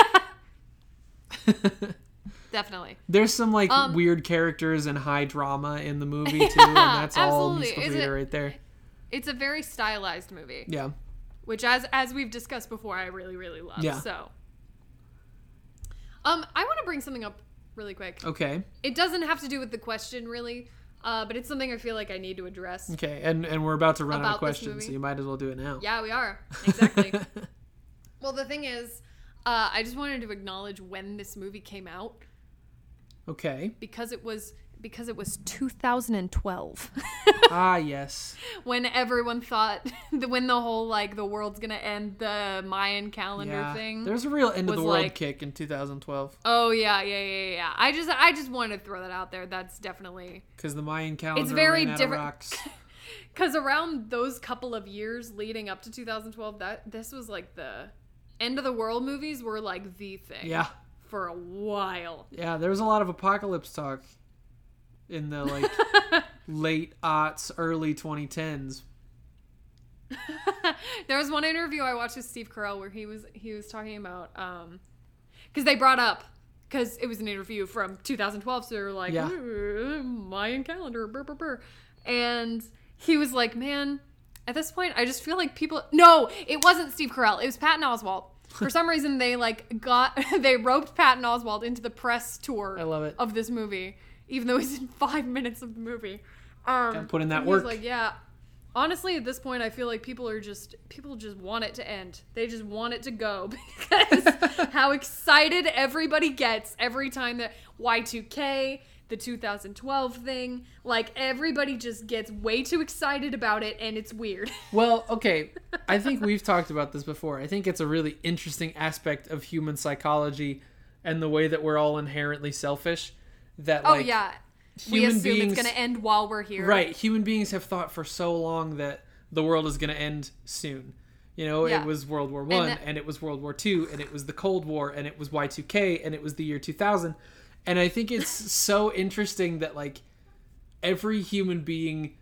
[SPEAKER 2] Definitely.
[SPEAKER 1] There's some like
[SPEAKER 2] Um,
[SPEAKER 1] weird characters and high drama in the movie too, and that's all
[SPEAKER 2] absolutely.
[SPEAKER 1] musical
[SPEAKER 2] Is it-
[SPEAKER 1] theater right there.
[SPEAKER 2] It's a very stylized movie,
[SPEAKER 1] Yeah.
[SPEAKER 2] which as as we've discussed before, I really really love.
[SPEAKER 1] Yeah.
[SPEAKER 2] So. Um, I want to bring something up really quick.
[SPEAKER 1] Okay.
[SPEAKER 2] It doesn't have to do with the question really, uh, but it's something I feel like I need to address.
[SPEAKER 1] Okay, and and we're about to run out
[SPEAKER 2] About
[SPEAKER 1] of
[SPEAKER 2] this
[SPEAKER 1] questions,
[SPEAKER 2] movie?
[SPEAKER 1] so you might as well do it now.
[SPEAKER 2] Yeah, we are exactly. well, the thing is, uh, I just wanted to acknowledge when this movie came out
[SPEAKER 1] okay.
[SPEAKER 2] because it was because it was 2012
[SPEAKER 1] Ah, yes.
[SPEAKER 2] when everyone thought the, when the whole like the world's gonna end the Mayan calendar
[SPEAKER 1] Yeah.
[SPEAKER 2] thing.
[SPEAKER 1] There's a real end of
[SPEAKER 2] was
[SPEAKER 1] the world
[SPEAKER 2] like-
[SPEAKER 1] kick in 2012
[SPEAKER 2] oh yeah, yeah, yeah, yeah, yeah. I just I just wanted to throw that out there. That's definitely
[SPEAKER 1] because the Mayan calendar
[SPEAKER 2] very
[SPEAKER 1] ran out of
[SPEAKER 2] different-
[SPEAKER 1] rocks.
[SPEAKER 2] Because around those couple of years leading up to 2012, that this was like the end of the world movies were like the thing.
[SPEAKER 1] yeah,
[SPEAKER 2] For a while.
[SPEAKER 1] yeah. There was a lot of apocalypse talk in the like late aughts, early 2010s.
[SPEAKER 2] there was one interview I watched with Steve Carell where he was he was talking about um because they brought up because it was an interview from 2012 so they were like
[SPEAKER 1] Yeah.
[SPEAKER 2] "Ooh, Mayan calendar burr, burr, burr. and he was like man at this point I just feel like people no it wasn't Steve Carell it was Patton Oswalt for some reason they like got they roped Patton Oswalt into the press tour
[SPEAKER 1] I love it.
[SPEAKER 2] of this movie even though he's in five minutes of the movie um
[SPEAKER 1] Gotta put in that
[SPEAKER 2] and he was
[SPEAKER 1] work.
[SPEAKER 2] like yeah honestly at this point i feel like people are just people just want it to end they just want it to go because how excited everybody gets every time that y2k the 2012 thing like everybody just gets way too excited about it and it's weird
[SPEAKER 1] Well, okay. I think we've talked about this before. I think it's a really interesting aspect of human psychology and the way that we're all inherently selfish. That
[SPEAKER 2] oh
[SPEAKER 1] like
[SPEAKER 2] yeah we
[SPEAKER 1] human
[SPEAKER 2] assume
[SPEAKER 1] beings-
[SPEAKER 2] it's gonna end while we're here
[SPEAKER 1] right, human beings have thought for so long that the world is going to end soon. You know,
[SPEAKER 2] Yeah.
[SPEAKER 1] it was World War One, and,
[SPEAKER 2] that-
[SPEAKER 1] it was World War Two, and it was the Cold War, and it was Y two K, and it was the year two thousand. And I think it's so interesting that like every human being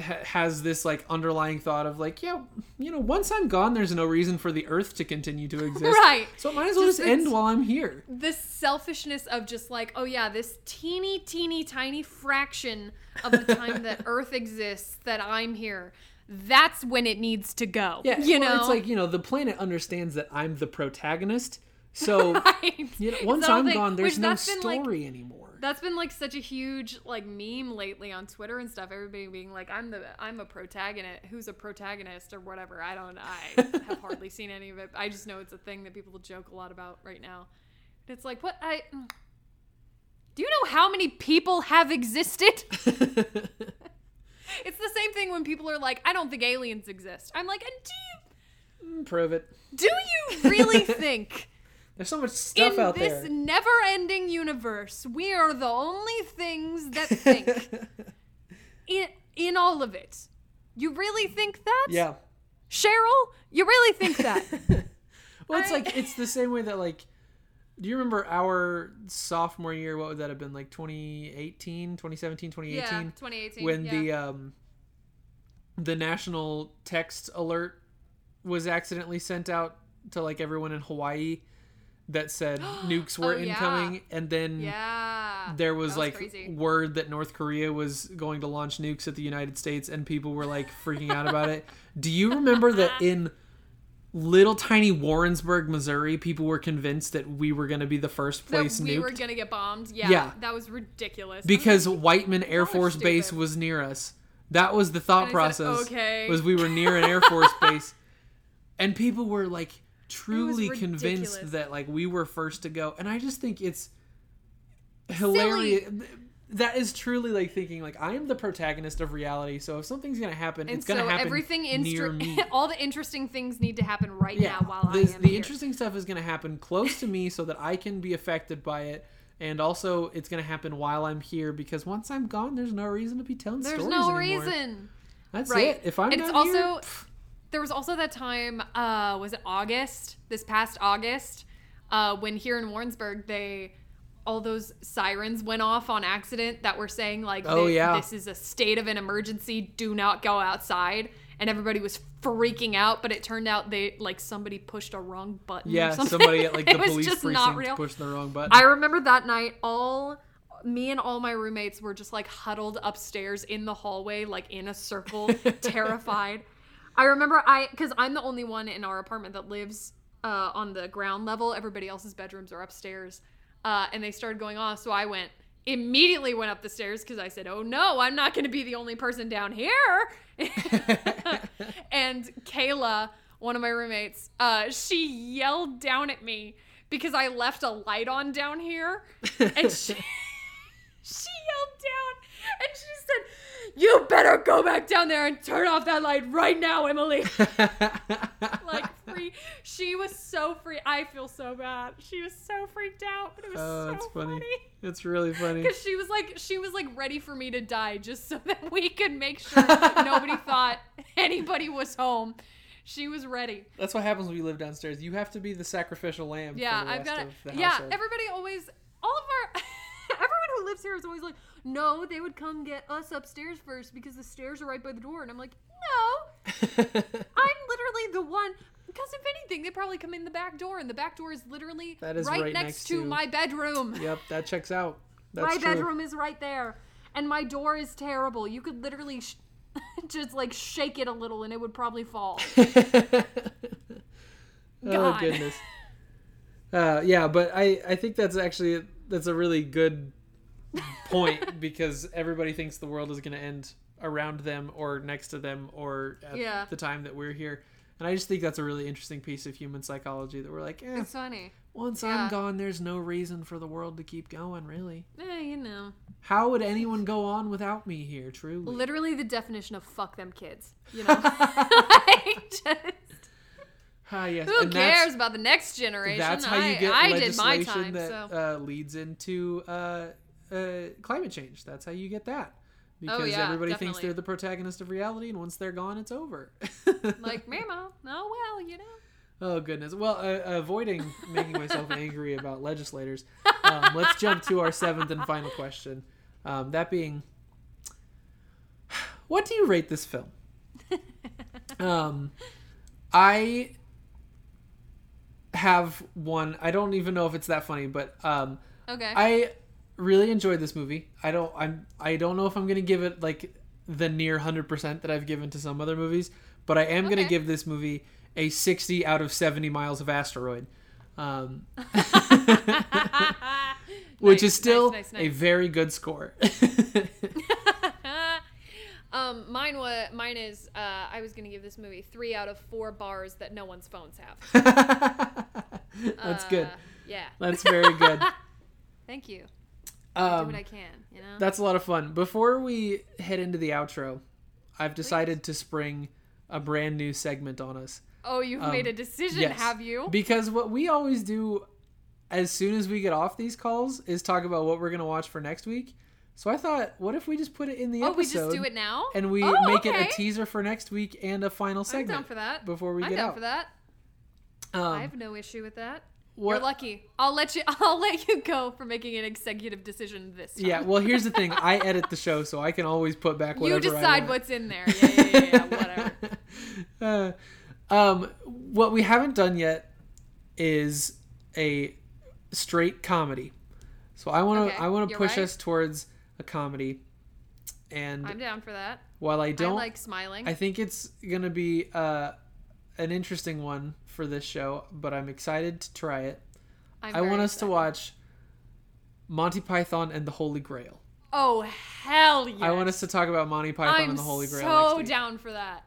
[SPEAKER 1] ha- has this like underlying thought of like, yeah, you know, once I'm gone, there's no reason for the Earth to continue to exist.
[SPEAKER 2] Right.
[SPEAKER 1] So it might as well
[SPEAKER 2] Just
[SPEAKER 1] just end
[SPEAKER 2] it's-
[SPEAKER 1] while I'm here.
[SPEAKER 2] this selfishness of just like, oh yeah, this teeny, teeny, tiny fraction of the time that Earth exists that I'm here. That's when it needs to go.
[SPEAKER 1] Yeah,
[SPEAKER 2] you
[SPEAKER 1] well,
[SPEAKER 2] know,
[SPEAKER 1] it's like you know the planet understands that I'm the protagonist, so
[SPEAKER 2] Right.
[SPEAKER 1] you know,
[SPEAKER 2] It's
[SPEAKER 1] once
[SPEAKER 2] the whole
[SPEAKER 1] I'm
[SPEAKER 2] thing,
[SPEAKER 1] gone, there's
[SPEAKER 2] which
[SPEAKER 1] no
[SPEAKER 2] that's been, like-
[SPEAKER 1] story anymore.
[SPEAKER 2] That's been like such a huge like meme lately on Twitter and stuff. Everybody being like, "I'm the I'm a protagonist. Who's a protagonist or whatever?" I don't. I have hardly seen any of it. I just know it's a thing that people joke a lot about right now. And it's like, what I. mm, Do you know how many people have existed? It's the same thing when people are like, "I don't think aliens exist." I'm like, "And
[SPEAKER 1] Prove it.
[SPEAKER 2] do you do you really think
[SPEAKER 1] There's so much stuff
[SPEAKER 2] in
[SPEAKER 1] out
[SPEAKER 2] this
[SPEAKER 1] there.
[SPEAKER 2] never-ending universe we are the only things that think in in all of it? You really think that?
[SPEAKER 1] yeah.
[SPEAKER 2] Cheryl, you really think that?
[SPEAKER 1] Well, it's
[SPEAKER 2] I-
[SPEAKER 1] like it's the same way that like. Do you remember our sophomore year? What would that have been like 2018, 2017, 2018?
[SPEAKER 2] 2018.
[SPEAKER 1] when the um the national text alert was accidentally sent out to like everyone in Hawaii that said nukes were
[SPEAKER 2] Oh, yeah.
[SPEAKER 1] incoming and then
[SPEAKER 2] yeah,
[SPEAKER 1] there was,
[SPEAKER 2] That was
[SPEAKER 1] like
[SPEAKER 2] crazy.
[SPEAKER 1] word that North Korea was going to launch nukes at the United States and people were like freaking out about it. Do you remember that in little tiny Warrensburg, Missouri, people were convinced that we were going to be the first place
[SPEAKER 2] that we
[SPEAKER 1] nuked?
[SPEAKER 2] were gonna get bombed. Yeah,
[SPEAKER 1] Yeah.
[SPEAKER 2] that was ridiculous. I'm
[SPEAKER 1] because Whiteman Air Force Base
[SPEAKER 2] stupid.
[SPEAKER 1] was near us. That was the thought
[SPEAKER 2] And I said,
[SPEAKER 1] process.
[SPEAKER 2] "Okay."
[SPEAKER 1] Was we were near an Air Force Base, and people were like truly
[SPEAKER 2] ridiculous.
[SPEAKER 1] convinced that like we were first to go. And I just think it's hilarious. That is truly like thinking like I am the protagonist of reality. So if something's gonna happen,
[SPEAKER 2] And
[SPEAKER 1] it's gonna
[SPEAKER 2] so
[SPEAKER 1] happen
[SPEAKER 2] everything
[SPEAKER 1] near
[SPEAKER 2] instru-
[SPEAKER 1] me.
[SPEAKER 2] all the interesting things need to happen right
[SPEAKER 1] Yeah,
[SPEAKER 2] now while
[SPEAKER 1] the,
[SPEAKER 2] I am
[SPEAKER 1] the
[SPEAKER 2] here.
[SPEAKER 1] interesting stuff is gonna happen close to me so that I can be affected by it. And also, it's gonna happen while I'm here because once I'm gone, there's no reason to be telling
[SPEAKER 2] There's
[SPEAKER 1] stories
[SPEAKER 2] no
[SPEAKER 1] anymore.
[SPEAKER 2] reason.
[SPEAKER 1] That's
[SPEAKER 2] Right.
[SPEAKER 1] it. If I'm
[SPEAKER 2] and
[SPEAKER 1] not
[SPEAKER 2] it's
[SPEAKER 1] here,
[SPEAKER 2] also there was also that time uh was it August this past August uh when here in Warrensburg they all those sirens went off on accident that were saying like
[SPEAKER 1] Oh,
[SPEAKER 2] thi-
[SPEAKER 1] yeah.
[SPEAKER 2] this is a state of an emergency do not go outside and everybody was freaking out but it turned out they like somebody pushed a wrong button or
[SPEAKER 1] yeah,
[SPEAKER 2] something.
[SPEAKER 1] somebody at like the
[SPEAKER 2] It was
[SPEAKER 1] police
[SPEAKER 2] just
[SPEAKER 1] precinct
[SPEAKER 2] not real.
[SPEAKER 1] pushed the wrong button.
[SPEAKER 2] I remember that night, all me and all my roommates were just like huddled upstairs in the hallway, like in a circle, terrified. I remember I, because I'm the only one in our apartment that lives uh, on the ground level. Everybody else's bedrooms are upstairs, uh, and they started going off. So I went immediately went up the stairs because I said, "Oh no, I'm not going to be the only person down here." and Kayla, one of my roommates, uh, she yelled down at me because I left a light on down here, and she. She yelled down and she said, You better go back down there and turn off that light right now, Emily. Like, free. She was so free. I feel so bad. She was so freaked out, but it was
[SPEAKER 1] oh,
[SPEAKER 2] so
[SPEAKER 1] that's funny.
[SPEAKER 2] funny.
[SPEAKER 1] It's really funny.
[SPEAKER 2] Because she was like, she was like ready for me to die, just so that we could make sure that nobody thought anybody was home. She was ready.
[SPEAKER 1] That's what happens when you live downstairs. You have to be the sacrificial lamb.
[SPEAKER 2] Yeah,
[SPEAKER 1] for the
[SPEAKER 2] I've
[SPEAKER 1] rest
[SPEAKER 2] got.
[SPEAKER 1] of the
[SPEAKER 2] Yeah,
[SPEAKER 1] household.
[SPEAKER 2] everybody always, all of our, everyone who lives here is always like, no, they would come get us upstairs first because the stairs are right by the door, and I'm like, no, I'm literally the one. Because if anything, they probably come in the back door, and the back door is literally
[SPEAKER 1] That is right next
[SPEAKER 2] to,
[SPEAKER 1] to-
[SPEAKER 2] my bedroom.
[SPEAKER 1] yep, that checks out. That's
[SPEAKER 2] my
[SPEAKER 1] true.
[SPEAKER 2] bedroom is right there, and my door is terrible. You could literally sh- just like shake it a little, and it would probably fall.
[SPEAKER 1] oh
[SPEAKER 2] God.
[SPEAKER 1] goodness. Uh, yeah, but I I think that's actually that's a really good point because everybody thinks the world is going to end around them or next to them or at
[SPEAKER 2] Yeah.
[SPEAKER 1] the time that we're here. And I just think that's a really interesting piece of human psychology that we're like, eh,
[SPEAKER 2] It's funny.
[SPEAKER 1] once
[SPEAKER 2] yeah.
[SPEAKER 1] I'm gone, there's no reason for the world to keep going, really.
[SPEAKER 2] Eh, you know.
[SPEAKER 1] How would anyone go on without me here, truly?
[SPEAKER 2] Literally the definition of fuck them kids. You know? Like, just-
[SPEAKER 1] Ah, yes.
[SPEAKER 2] who
[SPEAKER 1] and that's-
[SPEAKER 2] cares about the next generation?
[SPEAKER 1] That's how you
[SPEAKER 2] I,
[SPEAKER 1] get
[SPEAKER 2] I did my
[SPEAKER 1] legislation
[SPEAKER 2] time,
[SPEAKER 1] that
[SPEAKER 2] so.
[SPEAKER 1] uh, leads into uh, uh, climate change. That's how you get that. Because
[SPEAKER 2] Oh, yeah,
[SPEAKER 1] everybody thinks
[SPEAKER 2] definitely.
[SPEAKER 1] they're the protagonist of reality, and once they're gone, it's over.
[SPEAKER 2] like, Mama, oh well, you know.
[SPEAKER 1] oh goodness. Well, uh, avoiding making myself angry about legislators, um, let's jump to our seventh and final question. Um, that being, what do you rate this film? um, I have one. I don't even know if it's that funny, but um,
[SPEAKER 2] Okay.
[SPEAKER 1] I really enjoyed this movie. I don't I'm I don't know if I'm gonna give it like the near hundred percent that I've given to some other movies, but I am gonna
[SPEAKER 2] Okay.
[SPEAKER 1] give this movie a sixty out of seventy miles of asteroid. Um, which
[SPEAKER 2] Nice,
[SPEAKER 1] is still
[SPEAKER 2] nice, nice,
[SPEAKER 1] a
[SPEAKER 2] nice.
[SPEAKER 1] very good score.
[SPEAKER 2] um, mine was mine is uh, I was gonna give this movie three out of four bars that no one's phones have.
[SPEAKER 1] That's good.
[SPEAKER 2] Uh, Yeah.
[SPEAKER 1] That's very good.
[SPEAKER 2] Thank you. Do
[SPEAKER 1] Um,
[SPEAKER 2] what I can. You know.
[SPEAKER 1] That's a lot of fun. Before we head into the outro, I've decided to spring a brand new segment on us.
[SPEAKER 2] oh, you've made a decision,
[SPEAKER 1] um, yes.
[SPEAKER 2] have you?
[SPEAKER 1] Because what we always do as soon as we get off these calls is talk about what we're going to watch for next week. So I thought, what if we just put it in the
[SPEAKER 2] oh, we
[SPEAKER 1] episode
[SPEAKER 2] just do it now.
[SPEAKER 1] and we
[SPEAKER 2] Oh,
[SPEAKER 1] make
[SPEAKER 2] okay.
[SPEAKER 1] it a teaser for next week and a final
[SPEAKER 2] I'm
[SPEAKER 1] segment
[SPEAKER 2] down for that.
[SPEAKER 1] before we
[SPEAKER 2] I'm
[SPEAKER 1] get
[SPEAKER 2] down
[SPEAKER 1] out.
[SPEAKER 2] for that. I
[SPEAKER 1] Um,
[SPEAKER 2] have no issue with that.
[SPEAKER 1] what-
[SPEAKER 2] You're lucky. I'll let you. I'll let you go for making an executive decision this time.
[SPEAKER 1] yeah, well, here's the thing. I edit the show, so I can always put back whatever
[SPEAKER 2] you
[SPEAKER 1] I want.
[SPEAKER 2] decide what's in there. Yeah, yeah, yeah, yeah, whatever.
[SPEAKER 1] Uh, um, what we haven't done yet is a straight comedy. So I want to
[SPEAKER 2] Okay,
[SPEAKER 1] I want to
[SPEAKER 2] you're
[SPEAKER 1] push
[SPEAKER 2] right.
[SPEAKER 1] us towards a comedy. And
[SPEAKER 2] I'm down for that.
[SPEAKER 1] while I
[SPEAKER 2] I
[SPEAKER 1] don't,
[SPEAKER 2] like smiling.
[SPEAKER 1] I think it's gonna be uh, an interesting one for this show. But I'm excited to try it.
[SPEAKER 2] I'm
[SPEAKER 1] i
[SPEAKER 2] very
[SPEAKER 1] want us
[SPEAKER 2] excited.
[SPEAKER 1] to watch Monty Python and the Holy Grail.
[SPEAKER 2] Oh hell yeah!
[SPEAKER 1] I want us to talk about Monty Python
[SPEAKER 2] I'm
[SPEAKER 1] and the Holy Grail.
[SPEAKER 2] so
[SPEAKER 1] next week.
[SPEAKER 2] down for that.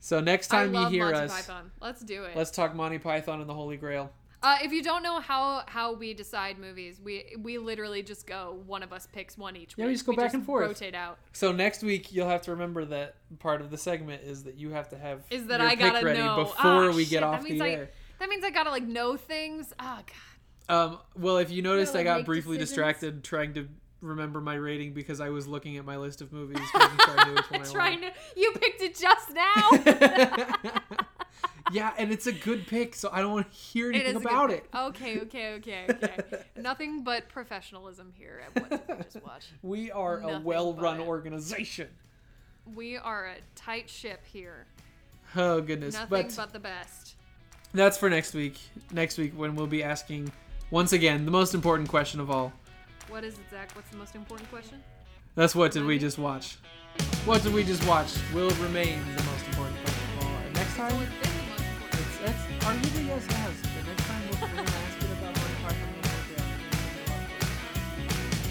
[SPEAKER 1] So next
[SPEAKER 2] I
[SPEAKER 1] time you
[SPEAKER 2] love
[SPEAKER 1] hear
[SPEAKER 2] Monty
[SPEAKER 1] us,
[SPEAKER 2] Python. Let's do it.
[SPEAKER 1] let's talk Monty Python and the Holy Grail.
[SPEAKER 2] uh, if you don't know how how we decide movies, we we literally just go. One of us picks one each.
[SPEAKER 1] Yeah, we
[SPEAKER 2] week.
[SPEAKER 1] just go back and forth.
[SPEAKER 2] Rotate out.
[SPEAKER 1] So next week you'll have to remember that part of the segment is that you have to have
[SPEAKER 2] Is that
[SPEAKER 1] your
[SPEAKER 2] I
[SPEAKER 1] pick
[SPEAKER 2] gotta
[SPEAKER 1] ready
[SPEAKER 2] know
[SPEAKER 1] before
[SPEAKER 2] Ah,
[SPEAKER 1] we
[SPEAKER 2] shit,
[SPEAKER 1] get off
[SPEAKER 2] that
[SPEAKER 1] the
[SPEAKER 2] means I,
[SPEAKER 1] air.
[SPEAKER 2] That means I gotta like know things. Oh god.
[SPEAKER 1] Um, well, if you noticed,
[SPEAKER 2] gotta,
[SPEAKER 1] I
[SPEAKER 2] like,
[SPEAKER 1] got
[SPEAKER 2] make
[SPEAKER 1] briefly
[SPEAKER 2] decisions.
[SPEAKER 1] distracted trying to remember my rating because I was looking at my list of movies, making sure I knew which one I
[SPEAKER 2] trying to you picked it just now.
[SPEAKER 1] wanted. yeah, and it's a good pick, so I don't want to hear anything
[SPEAKER 2] a good
[SPEAKER 1] about it.
[SPEAKER 2] pick. Oh, Okay, okay, okay, okay. Nothing but professionalism here at what did we just watch.
[SPEAKER 1] We are a
[SPEAKER 2] Nothing
[SPEAKER 1] well-run
[SPEAKER 2] but it.
[SPEAKER 1] organization.
[SPEAKER 2] We are a tight ship here.
[SPEAKER 1] Oh goodness,
[SPEAKER 2] Nothing
[SPEAKER 1] but
[SPEAKER 2] but, the best.
[SPEAKER 1] that's for next week. Next week when we'll be asking once again the most important question of all.
[SPEAKER 2] What is it, Zach? What's the most important question?
[SPEAKER 1] That's what did we just watch? What did we just watch will remain the most important question of all. And next time,
[SPEAKER 2] Well, it is the most important.
[SPEAKER 1] it's, that's arguably yes, it has. But next time we're going to ask it about Monty Python and the Holy Grail.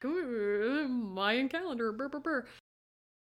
[SPEAKER 2] Grrr, Mayan calendar. Brr, brr, brr.